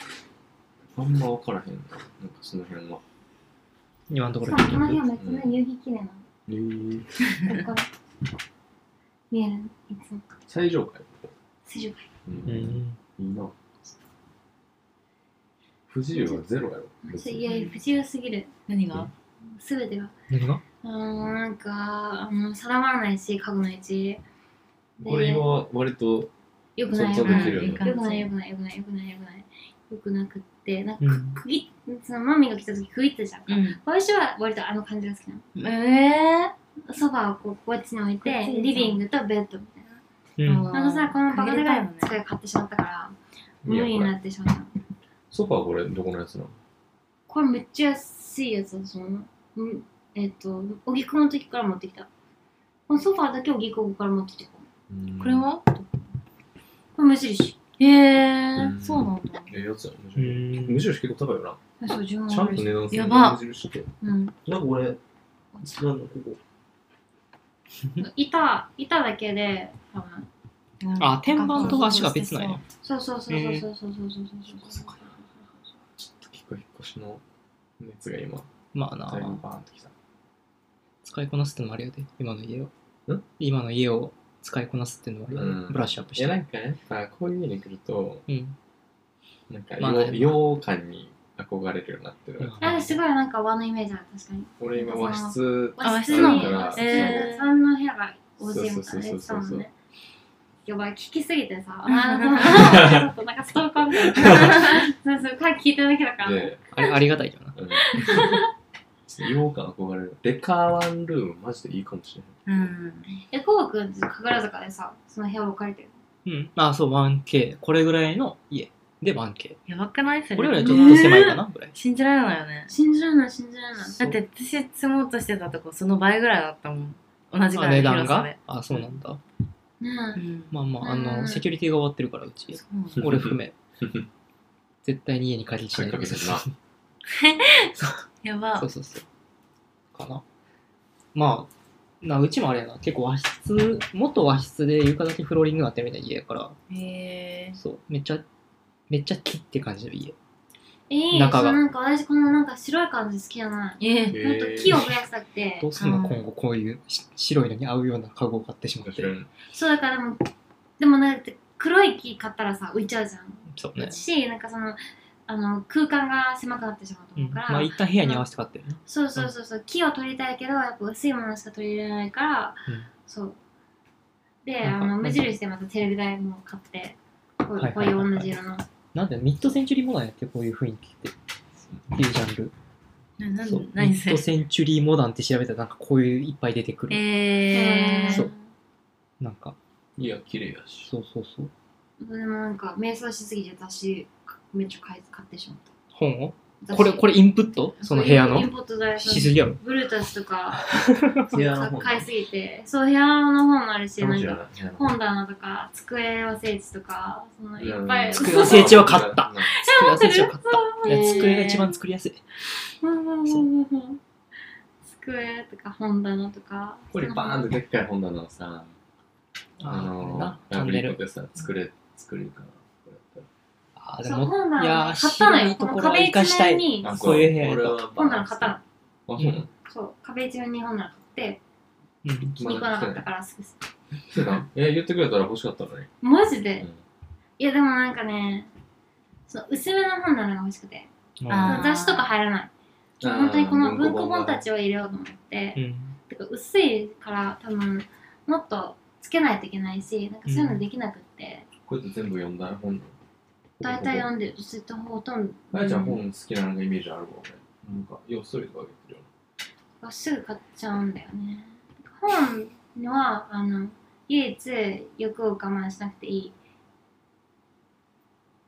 A: あんま分からへんななんかその辺は
C: 今のとこ
D: そう
C: ろ
D: この日はめっちゃね夕日綺麗なの
A: えー
D: ここ見えるいつも
A: 最上階
D: 水上
A: う
C: うんん。
A: いいな不自由はゼロやろ別
D: 階い
A: に
D: やいや不自由すぎる
E: 何が
D: すべてが
C: 何が
D: あのなんかあの定まらないし家具の位置で
A: これ今割と
D: よくない
A: 想像
D: よく
A: で
D: な
A: き
D: い
A: るよね
E: うん
D: よくないよくないよくないよくないよくないよくなくってなんか
C: うん
D: 区切っそのマミが来た時区切ったじゃん
E: うん。
D: 私は割とあの感じが好きなの
E: え
D: ソファーをこうこっちに置いて
E: こっちにさ
D: リビングとベッドみたい
C: うん。
E: ー
D: ななんかさこのバカでかい
E: 限
D: 使
E: り
D: い買ってしまったから
A: い
D: 無
A: いや
D: 理に
A: こ
D: な
A: れ
D: ってしまったの
A: ソファーこれどこのやつなの
D: これめっちゃ安いやつだそのうんえっと荻窪の時から持ってきたこのソファーだけ荻窪から持ってきた
E: これは
D: これ無印
E: へえ
A: うん
E: そうなんだ。
A: ええやつや無
C: う
A: 印
C: ん
A: 無。印結構高いよな
D: そう自分
A: ちゃんと値段する
E: やば
A: 無印って
D: うん
A: なんか俺なんだここ
D: 板板だけで多分
C: あ、天板と足が別なんや。
D: そうそうそうそうそうそうそうそうそう
A: そっかそっかちょっと結構引っ越しの熱が今、
C: まあ
A: だいぶ
C: な、
A: バーンときた。
C: 使いこなすってのもあれやで、今の家を
A: ん。
C: 今の家を使いこなすってのもあれやで
A: うん
C: ブラッシュアップ
A: い
C: し
A: や、な
C: て。
A: んかやっぱこういう家に来ると、
C: うん。
A: なんか
C: まあ
A: 洋洋館に憧れるようになってる。
D: あすごいなんか和のイメージある確かに
A: 俺今和室、
E: あ
D: 和室
E: 和
D: に
E: 室
A: なの
D: 和室
E: えー
D: さんの部屋がおじい
A: そ
D: み
A: う
D: た
A: そ
D: いうな
A: そ
D: や
A: う
D: つ
A: そ
D: だ
A: う
D: も
A: そう
D: んねやばい聞きすぎてさあーちょっとなんかストーカーみたいなそうそう歌聞いてるだけだ から
A: で、
C: あれ、ありがたいよな。
A: うん 洋館憧れる。デカワンルーム、マジでいいかもしれない。
E: うん。
D: えこうくん神楽坂でさその部屋を置かれてる
C: うん。あ、そう、1K。これぐらいの家で 1K。
E: やばくないそれ。
C: これよりはちょっと狭いかな、ぐらい。
E: 信じられないよね。
D: 信じられない信じられない
E: だって私住もうとしてたとこその倍ぐらいだったもん同じぐ
C: あ
E: らい
C: 値
E: の
C: 段
E: 広さ
C: が
E: で、
C: あ、そうなんだ。
D: ね
E: うん
C: まあまあ、あ
D: う
C: の、
D: ん
C: セキュリティが終わってるから、うち
E: そ。うなんだ
C: 俺 含め。絶対に家に借りにしないで
A: か
C: く
A: け
C: だ
A: てる
C: さ。
A: ない
E: やば
C: そうそうそう。かな。まあ、なうちもあれやな、結構和室、元和室で床だけフローリングになってるみたいな家やから、
E: へえ
C: そう、めっちゃ、めっちゃ木って感じの家。
D: えいい
C: 中が
D: そのなんか私このなんか白い感じ好きじゃない
E: ええ
D: ほんと木を増やしたくて
C: どうすんの
E: あー
C: 今後こういうし白いのに合うような家具を買ってしまって。
D: そうだからでもでもなんか黒い木買ったらさ浮いちゃうじゃん
C: そうね。
D: しなんかそのあの空間が狭くなってしまうと
C: う
D: 思
C: ん、
D: うから、
C: まあ一旦部屋に合わせて買ってるな。
D: そうそうそうそう木を取りたいけどやっぱ薄いものしか取り入れないから、
C: うん
D: そうで
C: な
D: あ
C: んか
D: の無印でまたテレビ台も買ってこ
C: はいう
D: こう
C: はい
D: い
C: はいうはい
D: 同じ色の
C: なんでミッドセンチュリーモダンやってこういう雰囲気って。っていうジャンル。
E: なな
C: そうミ
E: 何
C: ッ
E: そ
C: ド
E: れ
C: センチュリーモダンって調べたらなんかこういういっぱい出てくる。
E: ええ
C: そうなんか、
A: いや、綺麗やし。
C: そうそうそう。
D: でもなんか瞑想しすぎて私めっちゃ買い買ってしまっ
C: 本を
D: た
C: これ、こ
D: れ
C: れインプットその部屋の
D: イン。ポット代
C: しすぎやろ。
D: ブルータスとか
A: 部屋の方
D: 買いすぎてそう部屋の本もあるし
A: 楽
D: なん
A: しいよ
D: か
A: な
D: 本棚とか机は聖地とかそのいっぱい
C: 机は聖地は買った。作りやすいしよかった。
E: え
C: い
E: ー
C: や机が一番作りやすい。
D: 机とか本棚とか
A: これバーンってでっかい本棚をさ、あの
C: な、チ
A: ラ
C: ャン
A: ブ
C: ネ
A: リーコ
C: ル。
A: でさ、作れ、作れるかな。これやったら
C: あーで
D: そう
C: も、
D: 本棚
C: いやー
D: 買った
C: 白
D: のよ
C: い
D: こと
C: ころ
D: の壁一面に
A: あ
C: そういう部屋やった
A: 俺は
D: 本棚買ったの
A: あ、そうなの
D: そう壁一面に本棚買って
C: うん
D: 気に食わなかったからすぐす
A: そう だえ、言ってくれたら欲しかったのに。
D: マジで
A: うん
D: いやでもなんかねその薄めの本棚が欲しくて
E: あー
D: 雑誌とか入らない本当にこの文庫本たちを入れようと思って
C: うん
D: てか薄いから多分もっとつけないといけないしなんかそういうのできなくって、
A: こうやって全部読んだ本
D: 大体読んでるずっとほとんど
A: あやちゃん本好きなのがイメージあるもんねなんか要するとか言ってるよ
D: すぐ買っちゃうんだよね本はあの唯一欲を我慢しなくていい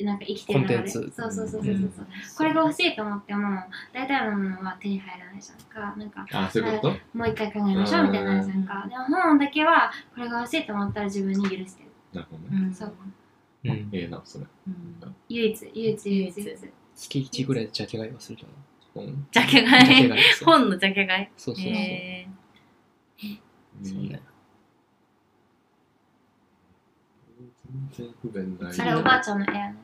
D: なんか生きてる
C: コンテン
D: 中
C: ツ
D: でそうそうそうそうそう、
A: うん
D: これが欲しいと思っても大体のものは手に入らないじゃんかなんか
A: あ、そういうこと
D: もう一回考えましょうみたいなのあるじゃんかでも本だけはこれが欲しいと思ったら自分に許してる
A: なるほどね。
E: ん
D: そう
C: うん。
A: ええな、それ。
E: うん
D: 唯一唯一唯一唯
E: 唯
D: 一
E: 一
C: 月1ぐらいでジャケ買いはすると思う。
A: うん。
E: ジャケ
C: ジャ
E: 買
C: ケ
E: い
C: 買い。そう
E: 本のジャケ買い
C: そうそうそう。
E: へ
C: そうね。
A: 全然不便ない。
D: あれおばあちゃんの絵やね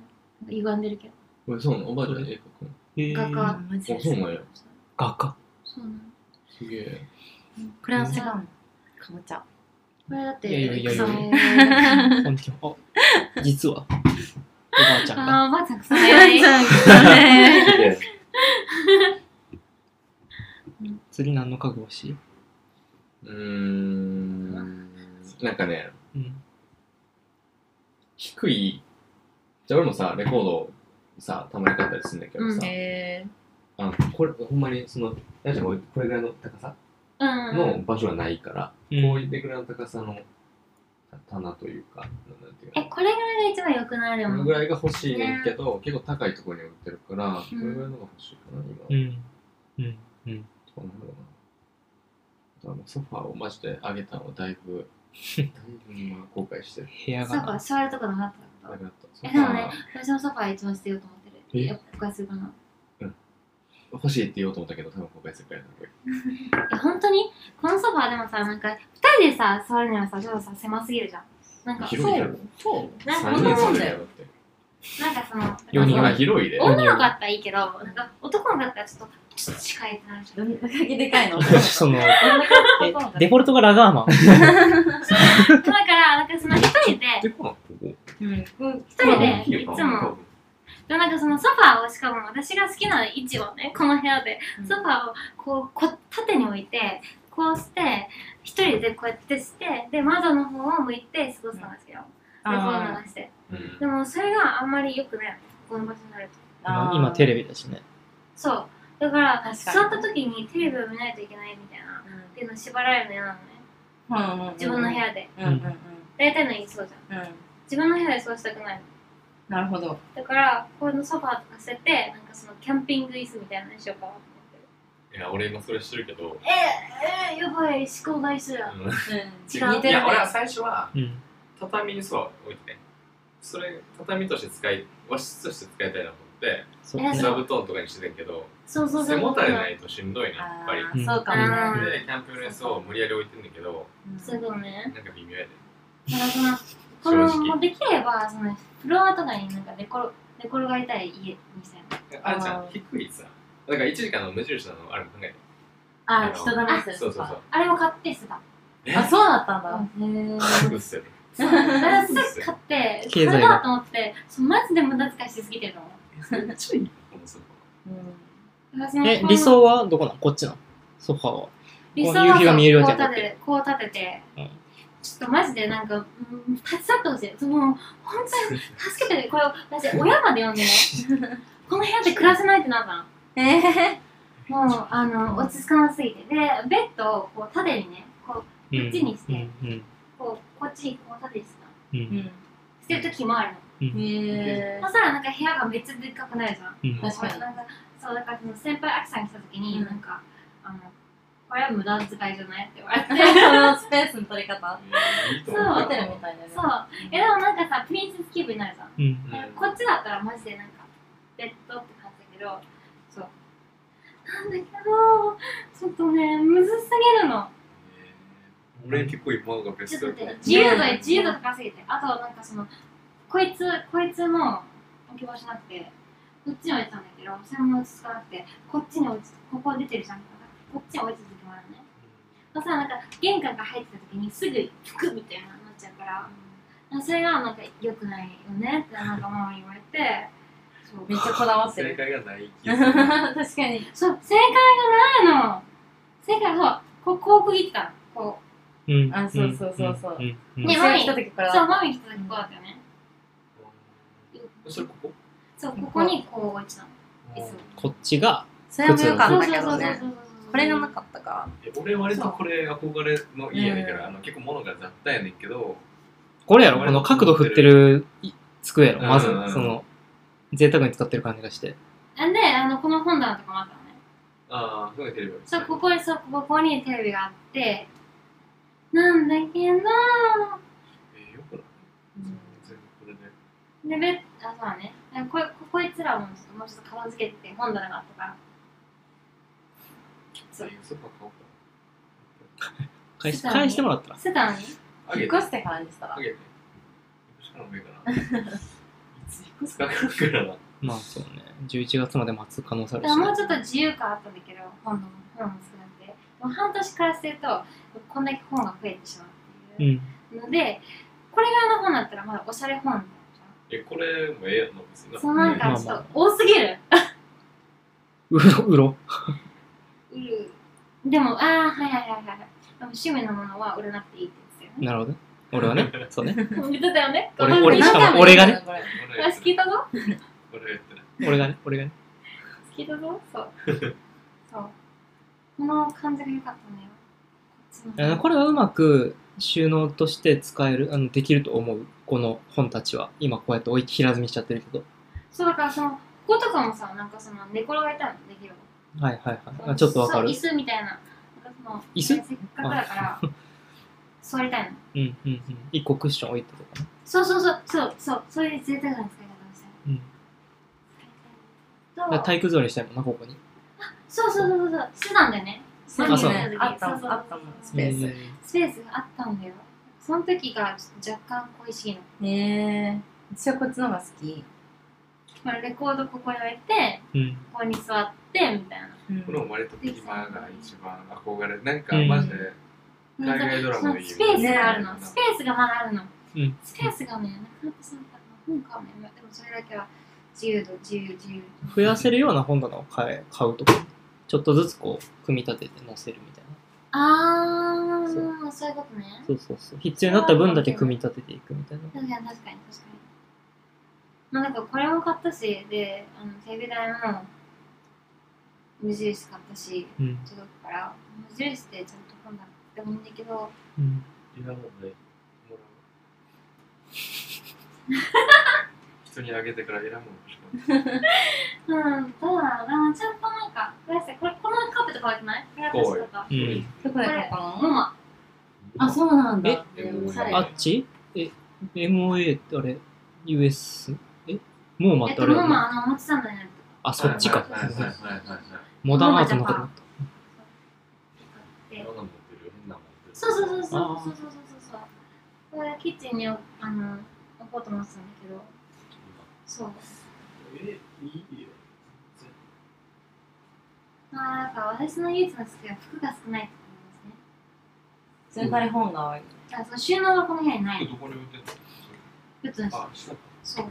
D: 歪んでるけど
A: 俺そうなのおばあちゃん絵描くの
C: え
D: 画
E: ー
D: 家
E: あマジ
A: あ
E: で
A: そ
E: そうう
A: なんや
C: 画家。
D: そうなの
A: すげえ
E: これは違うのかぼちゃ
D: これだって
C: いやいやいやいや
D: 草
C: 本気あ、実は、おばあちゃんが。
D: あーおばあちゃん草
E: 早いじ
D: 早い
E: ゃん こ
A: いや
C: 次何の家具欲しいう
A: ーんなんかね
C: うん。
A: 低いじゃあ俺もさレコードさたまに買ったりするんだけどさ、
D: うん
E: れへ
A: あのこれほんまにその大丈夫これぐらいの高さ
D: うんう
A: の
D: ん
A: 場所はないから、こうい
C: いう
A: ぐらいの高さの棚というかなんていう
D: え
A: の
D: これぐらいが一番良くなるよ
A: こ
D: ね
A: のぐらいが欲しいねんけど、結構高いところに売ってるから、これぐらいのが欲しいかな今、
C: うん。うん。うん。
A: そうなんだろうな。だからソファーをマジで上げたのはだいぶ、だいぶ今後悔してる。
C: 部屋
D: そう
C: が
D: か
C: な。
D: 座るとこなかった
A: な
D: こ
A: く
D: と
A: なった。ソ
D: え
A: フ
D: で
A: ァ
D: もね
A: ー
D: 私のソファー一番捨てようと思って
A: え
D: るやっぱするかな
A: 欲しいって言おうと思ったけど、多分後悔するからやめよ
D: え本当にこのソファーでもさなんか二人でさ座るにはさちょっとさ狭すぎるじゃんなんか
A: う。広いやろ。
E: そう
D: なんか
A: 3
D: こんな
A: 人
D: も
A: 住
D: ん
A: んで
D: だよ
A: やろって。
D: なんかその
C: 四人
A: 今
D: なんか
A: 広いで。
D: 女の子だったらいいけどなんか男の子だったらちょっとちょっと近いってなるじゃ
E: ど
D: ん
E: んだけでかいの
C: その、えデ
E: デ
C: フォルトがラガーマン。
D: だからなんかその一人
A: で、
D: で
A: この、ここ。
E: うん
D: 一人
A: 大
D: で
A: きい
D: い
A: よ
D: つも
A: 多分
D: でなんかそのソファーをしかも私が好きな位置をねこの部屋で
E: うん
D: ソファーをこうこ縦に置いてこうして一人でこうやってしてで窓の方を向いて過ごすのが好きよ、レコード
E: あ
D: 流して
A: うん
D: でもそれがあんまり良くないこの場所になると
E: あ
C: 今テレビだしね。
D: そうだから
E: 確かに
D: 座った時にテレビを見ないといけないみたいなっていうの縛られるの嫌なのね
E: うん
D: 自分の部屋で
E: うんうんうん
D: 大体の家そうじゃん
E: うん
D: 自分の部屋でそうしたくないの
E: なるほど
D: だからこのソファーとか捨ててなんかそのキャンピング椅子みたいなのにしようかなと思ってる
A: いや、俺今それしてるけど。
D: えー、えー、やばい思考大事だ
A: うん
E: 似
D: 違う
A: いや、俺は最初は
C: うん。
A: 畳にそう置いてね。それ、畳として使い、和室として使いたいなと思って、
C: そう
D: え
C: ね。
D: そ
A: 座
D: う
A: 布団とかにしてたけど、
D: そうそうそ
A: 背
D: う
A: もたれないいとしんどいね、やっぱり。
E: あーそうかもね
A: で、キャンプ用のやつを無理やり置いてんだけど、
E: うん
D: そういうことね
A: なんか微妙やで。
D: だからそのこ
A: 正
D: れ
A: 直
D: もできればそのフロアとかになんか寝転寝転がりたい家にしたい
A: あるじゃ
E: あ
A: ん、
E: ー
A: 低いさ。だから1時間の無印なのあるの考えて。
E: あ人が出
A: そうそうそう。
D: あれを買って捨てた
E: あそうだったんだ
D: へえ
A: すぐ捨てる。
D: あれすぐ買って
C: 経済が
D: これだと思ってそうマジで無駄遣いしすぎてるの
A: ちょいこのソフ
D: 私も
C: え、
D: こう
C: 理想はどこなのこっちなのソファーは。
D: 理想
C: こう夕日が見えるよう
D: こ
C: じ
D: う
C: ゃな
D: 立
C: く
D: ててこう立てて、
C: うん
D: ちょっとマジでなんか、うん、立ち去ってほしいその本当に助けてこれ私親まで呼んで ねこの部屋で暮らせないってなったの
E: ええ
D: もうあの落ち着かなすぎてでベッドをこう縦にねこう
C: うん
D: こっちにして
C: うん。
D: こうこっちにこう縦にしてたの
C: う。
E: うんん
D: 捨てる時もあるの
C: うん。
E: え
D: そしたらなんか部屋がめっちゃでっかくなるじゃん
C: うん。
E: 確かに
D: なんかそうだからその先輩アキさんが来た時に、
E: うん
D: なんかあのこれは無駄遣いじゃないって言われて
E: そのスペースの取り方
A: ァー。いいと思
D: そう
E: ホテルみたいだね
D: そうえでもなんかさプリンセス気分になるじゃん
C: うん。
A: うん
D: こっちだったらマジでなんかベッドって感じだけどそうなんだけどちょっとねむずすぎるの
A: 俺結構今のがベ
D: ちょ
A: ス
D: っと
A: ト
D: 待って
A: だ
D: 自由度自由度高すぎてあとなんかそのこいつこいつも置き場所なくてこっちに置いてたんだけどそれも落ち着かなくてこっちに置いてここ出てるじゃんこっちに置いてた時もあるねまあさなんか玄関が入ってた時にすぐ服みたいなのになっちゃうからあそれがなんか良くないよねってなんかママに言われてそう
E: めっちゃこだわって
A: 正
E: る
A: 解がない気が
E: 確
A: す る。
E: かに
D: そう正解がないの正解はそうこうこう区切ったのこ
C: うん。
E: あそうそうそうそうん
C: うん
D: ね
E: 店に来た時か
D: う
E: ら
D: そうマミ来た時こうだったよね
A: それここ
D: そうここにこう置いてたのいつも
C: こっちが
E: それもよかったけ
D: そ
E: ど
D: うそうそう
E: ね
D: そうそう
E: これがなかったから
A: え俺割とこれ憧れの家やねんけど、あの結構物が雑多やねんけど、
C: これやろこの角度振ってるい机やろまず
A: うんうんうん
C: その贅沢に使ってる感じがして
D: あであのこの本棚とかもあったのね
A: ああ、そういうテレビある
D: そうここにそうここにテレビがあってなんだけど
A: えーよくない全部これで。
D: でべあそうだねあこここいつらもちょっともうちょっと片付けて本棚があったからそう
A: ソファ買おうか
C: 返し返してもらったら
D: 捨てたのに
A: な。あ
E: 引
A: げ
E: って越。してからにしたら
A: あげて。しかも上かな。いつ引っ越すか分からんからな。
C: まあそうね11月まで待つ可能性ある
D: だから
C: しね
D: もうちょっと自由感あったんだけど本の本も少なくてでも半年からするとこんだけ本が増えてしまうって
C: う
D: い
C: ん
D: うので、これがあの本だったらまだおしゃれ本みたいなじゃん
A: え、これもええやんな、別にな。
D: そうなんかちょっと多すぎる。
C: うろ うろ
D: うんでも、ああ、はいはいはいはい。でも趣味のものは売らなくていいって言って
C: なるほどね俺はねそうね
D: たよね。言ってたよね。
C: 俺
D: ごめん
C: し
D: ね
C: かも俺がね
E: これ
A: 俺はやっ
D: 私
A: て
D: 聞
A: ない
D: いたぞ。
A: 俺はやってない。
C: 俺がね俺がね
D: 聞いたぞ。そう。そう。この感じが良かったのよ。こっち
C: あのこれはうまく収納として使えるあのできると思うこの本たちは今こうやって置いて平積みしちゃってるけど
D: そう、だからその、こことかもさ、なんかその、寝転がりたいのできる
C: はいはいはいあちょっとわかる
D: そう、椅子みたいな。なんかその
C: 椅子
D: せっかくだから、座りたいの。
C: うんうんうん一個クッション置いてとかね
D: そうそうそう、そう、そう、そういう贅沢な使い方をしたい。
C: うんだ
D: 使
C: から
D: いたい
C: 体育座りしたいもんなここに
D: そうそうそうそう、してたんだよね。
E: そう
C: あそう
E: あったもんあったもんスペー
D: スペースがあったんだよ。その時がちょっと若干恋しいの。
E: スへえ私はこっちの方が好き
D: まあ、レコードここに置いて、
C: うん
D: ここに座って、みたいな。
E: うん
A: これも割と今が一番憧れ。なんか、マジで、海外ドラ
D: そ
A: マ
D: の
A: のいい
D: スペースがあるの。スペースがまだあるの。
C: うん
D: スペースがね、なくなってしまったの。本かもね。でもそれだけは自由度、自由、自由。
C: 増やせるような本棚を買え買うとかちょっとずつこう組み立てて載せるみたいな
D: あー、そういうことね。
C: そうそうそう必要になった分だけ組み立てていくみたいな
D: 確かに確かに確かに。まあなんかこれも買ったし、で、あのテレビ台も無印買ったし、
C: うん
D: 届くから、無印でちゃんと本棚でもいいんだけど、
C: うん
A: いらんもんね。もらう。人にあげてから選ぶのもしか
D: うん、どうだろうな、ちゃんとなんか、これこれこのカップとかわくないこれ私とか。
C: う
A: も。
C: ん
E: どこで買ったの
D: ママ、
E: あそうなんだ
C: え
E: でもおしゃれ
C: あっちえ MOA ってあれ US えモーマ
D: え
C: っ
D: ってと、
C: あれ
D: ママ、あの、持ちさんだよね。
C: あそっちか
A: はいはいはいはいはいはい。
C: モダンアートのこと思った
A: いろんなの持ってるよ。変なの持ってる。
D: そうそうそうそう
C: あー
D: そうそうそうそう。これキッチンにあの置こうと思ってたんだけど、そう。
A: え、いいよ。
D: まあなんか私の唯一の好きは服が少ないってことで
E: それから本が多い
D: すね。あその収納がこの部屋にない。
A: どこに置いてんの
D: 普通に
A: あ、下か。
D: そう。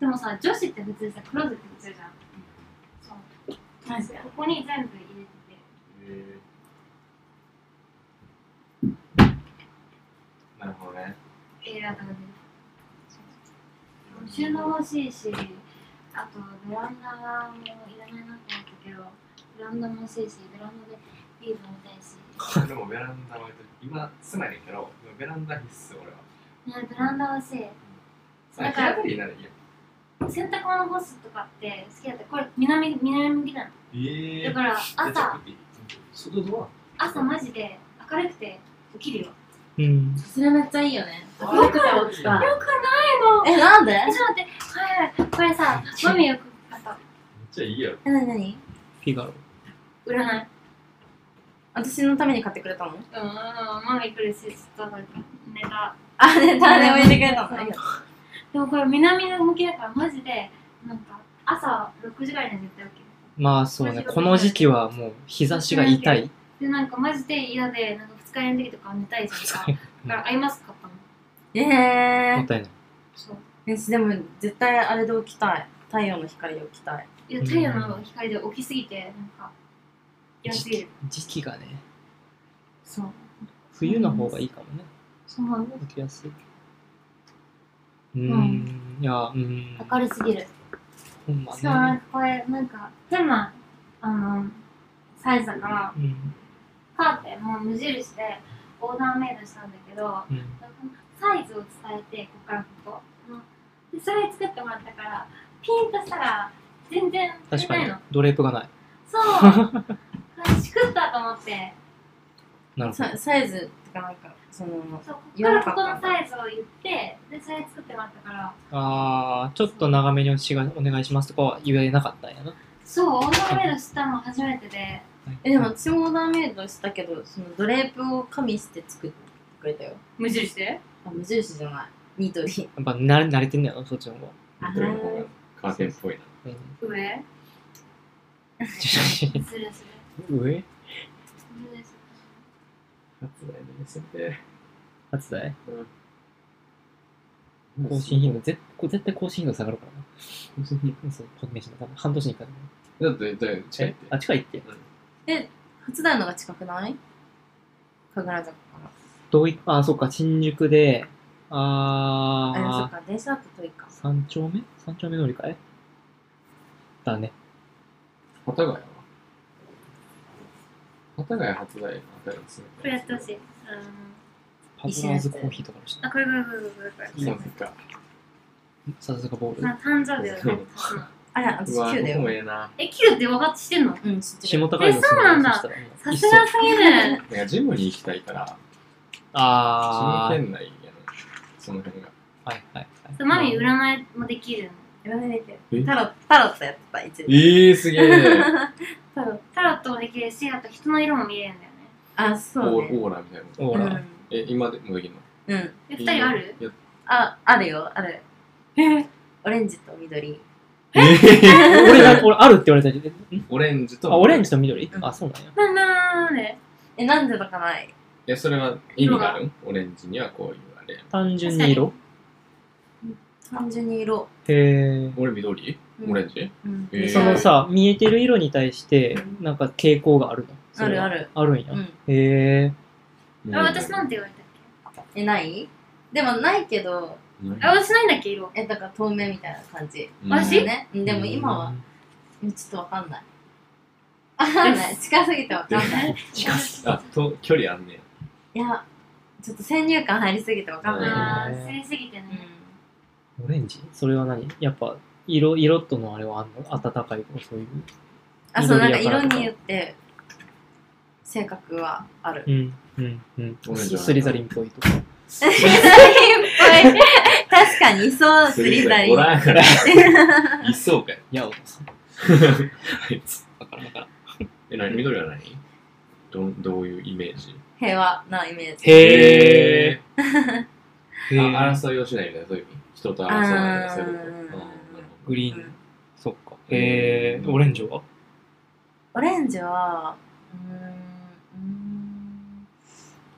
D: でもさ、女子って普通さ、クローゼットにするじゃん。そう。
E: マジで
D: ここに全部入れてて。
A: えー、なるほどね。
D: 映画館で。そう収納欲しいし、あとベランダはもういらないなって思ったけど、ベランダも欲しいし、ベランダでビール飲みたい し。
A: でもベランダは今、住まいねんけど、ベランダ必須、俺は。
D: ね、ベランダ欲しい。
A: だから、平べりになるよ。
D: 洗濯物干すとかって好きだった。これ南、南向きなの。
A: え
D: だから朝、、
A: 外ドア。
D: 朝マジで明るくて起きるよ。
C: うん
E: それめっちゃいいよね
A: あ
E: よくて起きた
D: よくないの。
E: えなんで
D: え、ちょっと待って、はい、これさ、マミよく買った。
A: めっちゃいいやろ。
E: えなになに
C: フィガロ
D: 占い。
E: 私のために買ってくれたの
D: うん、マミ来るし、ちょっとなんかネタ。
E: あれ 誰も入れてくれた
D: そう
E: の
D: でもこれ南の向きだからマジで、なんか朝6時ぐらいには絶対起きる。
C: まあそうねこの時期はもう日差しが痛い
D: で、なんかマジで嫌で、なんか2日酔いの時とか寝たいじゃんか。だからアイマスク買ったの。
E: え
C: もっ
E: え
C: たいない
D: そう。
E: 私でも絶対あれで起きたい太陽の光で起きたい
D: いや、太陽の光で起きすぎて、なんか、嫌すぎる。
C: 時期がね
D: そう。
C: 冬の方がいいかもね
D: そうなの
C: 起きやすいうん、いやうん
D: 明るすぎる。
C: ほんま
D: しかもなん
C: ね。
D: かこれなんか変なあのサイズだから
C: うん。
D: カーテンも無印でオーダーメイドしたんだけど
C: うん。
D: サイズを伝えてここからここのでそれ作ってもらったからピンとしたら全然
C: 確
D: 足り
C: か
D: ない
C: に
D: の。
C: ドレープがない。
D: そうしくったと思って
C: なるほど。
E: ササイズとかなんかその
D: そうここか
E: や
D: ら
E: ら
D: こ
E: かっ
D: こ
E: た
D: のサイズを言ってでそれ作ってもらったから
C: あー、ちょっと長めにおしがお願いしますとかは言えなかったんやな。
D: そうオーダーメイドしたの初めてで
E: えでも私もオーダーメイドしたけどそのドレープを加味して作ってくれたよ
D: 無印で
E: あ無印じゃないニトリ
C: やっぱ慣れ慣れてんねやろ、そっちの方が。
E: あ
A: どれの方がカーテンっぽいな。
C: うん。
D: 上
C: ちょ
D: ズレズレ
C: 上
D: ズレズレ
A: 初代の目線で。
C: 初代
A: うん
C: 更新頻度、絶こ絶対更新頻度下がるからな。
A: 更新頻
C: うんそう、この名刺の多分半年に一回。
A: 度。だって、だいぶ近いって。
C: あ、近いって。
E: 初代のが近くない神楽坂から
C: どういあ、そっか、新宿で、
E: あでもそ
C: あ
E: っか電車だと遠いか
C: ー、三丁目三丁目乗り換えだね。
A: 幡ヶ谷は幡ヶ谷初代の幡ヶ谷ですね。
D: これやってほしいうん
C: パズナーズコーヒーとかもした。
D: あこれこれこれこれこれこれ
A: なんか。
C: さすがボール
D: ま。あ誕生日をね足すの
E: あら私
A: うわ、
E: 9だ
A: 僕も
E: よ
A: ええな。
D: えキューって分かってしてんの
E: うん知って
C: 下
E: る
C: 高いの
D: えそうなんだ
C: そしたらもう
D: さ
C: いっ
D: す
C: そ
D: がすぎる
A: なんかジムに行きたいから、
C: あ
A: その
C: ー、
A: 県内やね。その辺が。
C: はいはいはい。
D: マミ占いもできるの
E: 言われて
A: え
E: タロットタロットやってた一時
A: ええ、すげえ。
E: タロット
D: タロットもできるしあと人の色も見れるんだよね
E: あ
A: オ
E: そうね
A: ーオーラみたいな。
C: オーラ。
A: え、今でもできるの
E: うん、うん、
D: え二人ある
A: いや
E: ああるよある
C: え
E: オレンジと緑
C: 俺が、俺、あるって言われたけど、ん
A: オレンジと。
C: あ、オレンジと緑
E: うん
C: あ、そうなんや。
D: なんだーね
E: えなんでだかない
A: え、それは意味があるんオレンジにはこういうあれやん。
C: 単純に色
E: 単純に色、
C: へ
A: 俺緑
E: うん、
A: オレンジ
E: うん
A: えー
C: え。そのさ、見えてる色に対して、なんか傾向があるの
E: あるあ。る
C: それはあるんや
E: う。ん
C: へえ。
D: あ私なん
A: ん
D: て言われたっけ
E: えないでもないけど
D: あ私ないんだっけ色
E: えだから透明みたいな感じ
D: 私
E: ねうんでも今はうんちょっとわかんないわかんない近すぎてわかんない
C: 近
A: あ、と、距離あんねや。
E: いやちょっと先入観入りすぎてわかんない、
D: あー、すりすぎてね
E: うん、
C: オレンジそれは何やっぱ色色とのあれはあんの暖かいとかそういう
E: あそうなんか
C: 緑やから
E: 色
C: とか
E: によって性格はあ る
C: うんうんうん
A: オレンジは
C: スリザリンっぽいとか
E: 確かにそうスリザリ
A: お
E: ン
A: らんから。 いそうかよ。
C: いやお父さんあいつわからんわからん
A: え、なに緑は何どどういうイメージ
E: 平和なイメージ
C: へえ
A: あ
C: あ
A: 争いをしないみたいな、そういう意味。人と争わないみたいな、そういうこと。う
E: あー
A: んなるほ
C: グリ
E: う
C: ーン
E: ん
C: そっかへえオレンジは
E: オレンジはう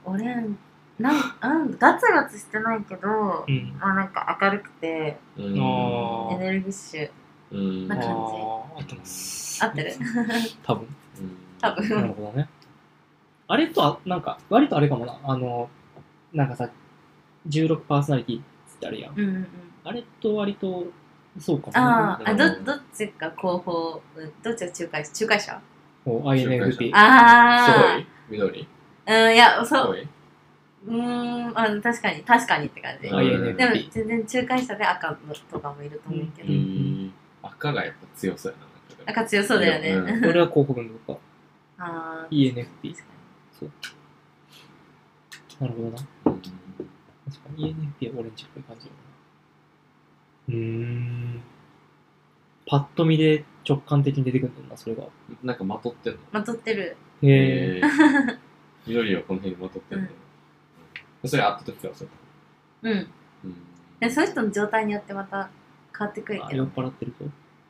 E: ーんうーんオレンなんなんガツガツしてないけど、
C: うん
E: まあなんか明るくて
A: ど
C: あ
A: うん
E: エ
C: ー
E: ネルギッシュ
A: うん。
E: なんか
A: うん
C: あー合ってます
E: 合ってる
C: 多分
E: 多
C: な
E: 分
C: るほどねあれとはなんか割とあれかもなあのなんかさ16パーソナリティってあるやん
E: うんうんうん
C: あれと割とそうかもね
E: あーあ
A: なる
E: ど
A: ほど
E: どっちか広報うんどっちが仲介者仲介者
C: こう INFP
E: あ
A: 白い緑
E: あうんいやそう
A: 濃いう
E: ーんあ確かに確かにって感じ
A: あ
E: で
C: INFP
E: も全然仲介者で赤のとかもいると思うけ
A: う
E: ど、
A: ん。赤がやっぱ強そうやな。なんか
E: 赤強そうだよね、
A: うん
C: 俺は広告のとか
E: ああ
C: ENFP
E: 確か
C: なるほどな
A: でも
C: 確かに ENFP はオレンジっぽい感じだなうーんパッと見で直感的に出てくるんだよなそれがへ
A: うんなんかまとってんの
E: まとってる
C: え
A: えー緑はこの辺にまとってんのそれ会った時はそう
E: うん でその人の状態によってまた変わってくる
C: あ
E: け
C: 酔
E: ど
C: っ払ってると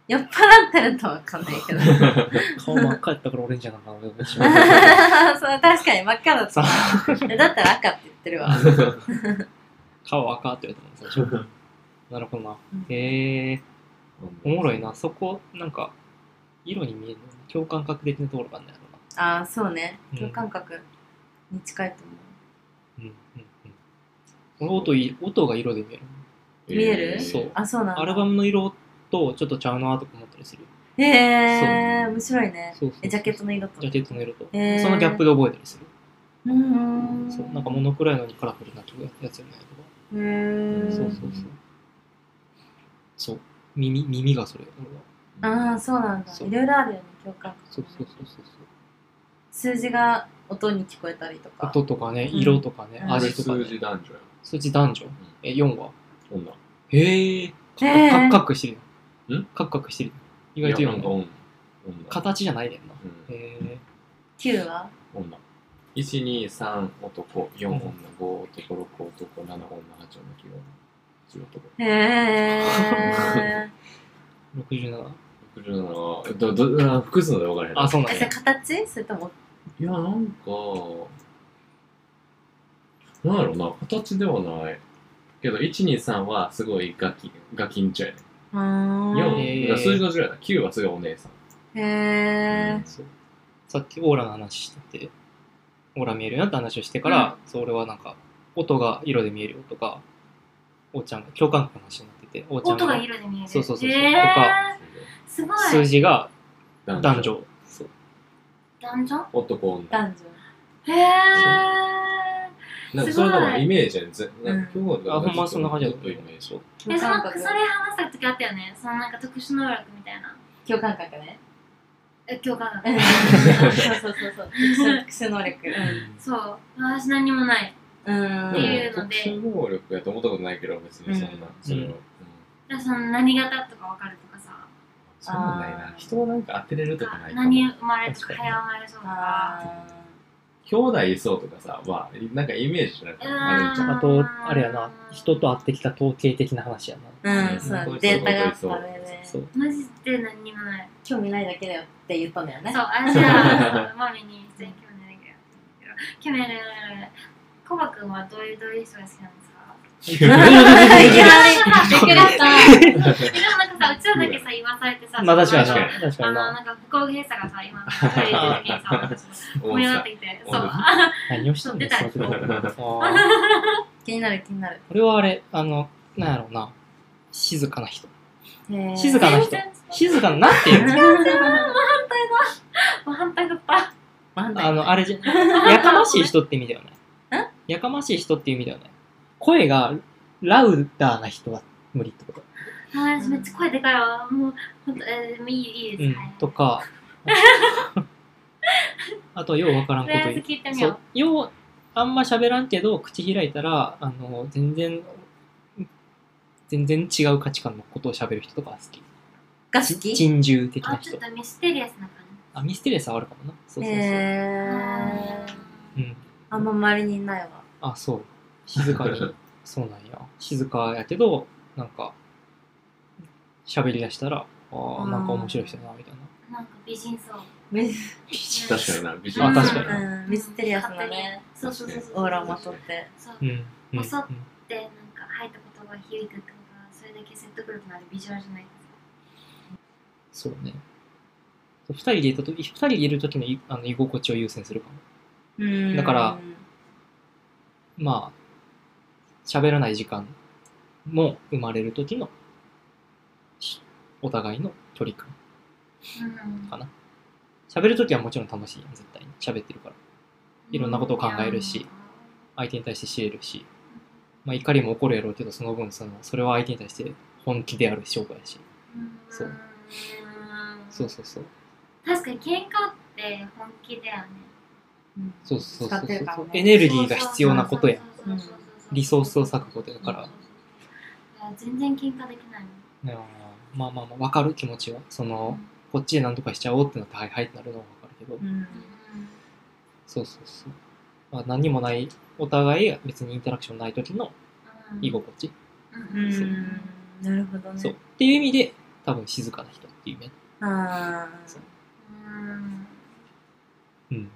E: 酔っ払ってるとはわかんないけどそう
C: 顔真っ赤やったからオレンジやな俺が一緒
E: 確かに真っ赤だった
C: さ
E: だったら赤って言ってるわ
C: 顔赤って言われたもん最 初なるほどな
E: うん
C: へえお
A: お
C: もろいなそこなんか色に見えるの共感覚的なところがあるんだよな
E: ああそうね
C: うん
E: 共感覚に近いと思う
C: うんうんうん音い音が色で見える
E: 見える
C: そう
E: あそうなんだ
C: アルバムの色とちょっとちゃうなとか思ったりする。
E: へえ、面白いね。
C: そうそう
E: え、ジャケットの色と。
C: ジャケットの色と。
E: へー
C: そのギャップで覚えたりする。
E: うーん。
C: そうなんかモノクロやのにカラフルなやつじゃないとか。
E: うーん。
C: そうそうそう。そう。耳、耳がそれ。俺は
E: ああ、そうなんだ。
C: そう
E: いろいろあるよね、共感。
C: そうそうそうそうそう。
E: 数字が音に聞こえたりとか。
C: 音とかね、
E: うん
C: 色とかね、
E: うん
A: あれ
C: 味とか、
A: 数
C: ね。
A: 字男女や。
C: 数字男女。え、4は
A: 女。
C: へえ。カ
E: へー
C: ッカクしてるや
A: ん
C: カッカクしてる
A: 意
C: やん。意外と
A: なんか
C: 4。
A: 女。女。
C: 形じゃないねんな。
A: うん
C: へえ。
E: 9は
A: 女。1、2、3、男、4、女、5、男、6、男、7、女、8、女、9、女、10、男。
E: へえ。
C: 67。
A: 67は、えど、ど、あ複数ので分からへん。
C: あ、そう
E: え、
C: な
E: そ
C: ん
E: れ
C: や。
E: 形それとも、
A: いや、なんか、なんやろな、形ではない。けど、1、2、3はすごいガキ、ガキンチョやね。
E: うーん。
C: へ
A: 4、だ
C: ー
A: から数字の10やな。9はすごいお姉さん。
E: へえ。
C: そうさっきオーラの話してて、オーラ見えるよって話をしてから、そう俺はなんか、音が色で見えるよとか、おーちゃんが共感の話になってて、おーちゃん
D: 音が色で見える。
C: そうそうそうそう
D: へー
C: とか
D: すご
C: 数
D: い。
C: 字が
A: 男
C: 男。女。そう
D: 男女
A: 男、女。
E: 男女。
D: へえ。
A: なんか
D: す
A: そ
D: ごい
A: れ多分イメージやね。ぜなんか
E: う
A: 今日
C: あ、ほんまそんな感じだ
A: ず
C: と
A: っとイメージ。
D: え、その
E: 感覚
D: それ話した時あったよね。そのなんか特殊能力みたいな。
E: 共感覚ね。
D: え、教科が
E: う。んそうそうそうそう。特殊能力。
D: そう。私何にもない。
E: うん。
D: って
E: うん。
D: いうので
A: 特殊能力やと思ったことないけど、別にそんな
E: うん。
A: それは
C: う
A: う
C: ん
A: ん
D: だからその何型とかわかるとかさ。
A: そうないな。人をなんか当てれるとかないかも。
D: 何
A: 兄
D: 生まれとか早生まれそうとか。
E: あ
A: 弟いそうとかさ、は、なんかイメージじゃなくてあるんちゃう
C: あと、あれやな、人と会ってきた統計的な話やな。
E: ーうん、そうう。
A: ん
E: データがあった上で。
C: そう。
D: マジで何にもない。
E: 興味ないだけだよって言ったんだよね
D: そう、。私は、マミに全然興味ないけど。興味ないないないない。コバ君はどういうどういう人が好きなんですか
E: い きな
D: だけどさ、でもなんかさ、うちらだけさ、言わされてさ、
C: まあ確かに
D: その
C: な。確か
D: あの
C: にな。
D: なんか不公平さがさ、今、二人いる時にさ、私も
A: 思
D: 盛
A: って
D: り上がったてきて、
A: 思
D: そうう、
C: 何をしてんの
D: そう
C: その時
A: 出た
C: あー
E: 気になる気になる。
C: これはあれ、あの、なんやろうな。静かな人。静
E: か。
C: かな人。静かな、なんていうの
D: もう反対だった。
E: なんだ
C: あ
E: よ
C: の、あれじゃ、やかましい人って意味だよね。やかましい人って意味だよね。声がラウダーな人は無理ってこと。
D: 私めっちゃ声でかいわ。もう、ほんと、えー、いい、いいうで
C: ん
D: す。はい。
C: と か。あと、ようわからん
D: と
C: こ
D: りあ
C: と
D: えず
C: 言う。
D: 聞いてみ
C: そ
D: よ
C: う、よう、あんま喋らんけど、口開いたら、あの、全然、全然違う価値観のことを喋る人とか好き。
E: が
C: ち
E: 好き
C: 珍獣
D: う。
C: 的
D: あ、
C: な
D: ちょ
C: 人
D: っ。とミステリアスな感
C: あ、ミステリアスはあるかもな。そうそうそう。
D: じ。
E: えー。
C: うん。
E: あんま周りにいないわ。
C: あ、そう。静かに。そうなんや。静かやけど、なんか、喋り出したら、ああ、なんか面白い人だな、みたいな。
D: なんか美人そう。
E: ミ
A: 確かにな、美
C: あ確かに
A: な。
E: うん、ミステリアスなね、
D: そうそうそうそう。
E: オーラをまとって。
D: そう。
C: うん。うん。
D: 細っ
C: うん
D: で、なんか入った言葉が響くとか、それだけ説得力のあるビジュアルじゃないですか。
C: そうね。そう二人でいたとき、二人でいるときのいあの居心地を優先するかも。
E: うん
C: だから、まあ、喋らない時間も生まれるときの、しお互いの距離感
D: うん
C: かな。喋るときはもちろん楽しいやん、絶対に。喋ってるから。いろんなことを考えるし。相手に対して知れるし、まあ、怒りも起こるやろうけど、その分、その、それは相手に対して本気である証拠やし。
D: うん
C: そう。そうそうそう。
D: 確かに喧嘩って本気だよね。
E: うん
C: そうそうそ
E: 使
C: うそ
E: っ
C: う
E: て
C: そ
E: るから
C: う
E: ね。
C: エネルギーが必要なことや。
D: そうそうそうそうそう
C: リソースを割くことやから
D: そうそうそういや全然喧嘩できないの。
C: ねまあまあまあ、わかる気持ちは。その、こっちで何とかしちゃおうってなって、はいはいってなるのはわかるけど
E: う、ん
D: うん
C: そうそうそう。まあ、何もない、お互い別にインタラクションない時の
D: うん
C: 居心地。
E: う
D: うん
E: ん。なるほどね。
C: そう。っていう意味で、多分静かな人っていうね。
E: ああ。
C: そう
D: うん
C: うん。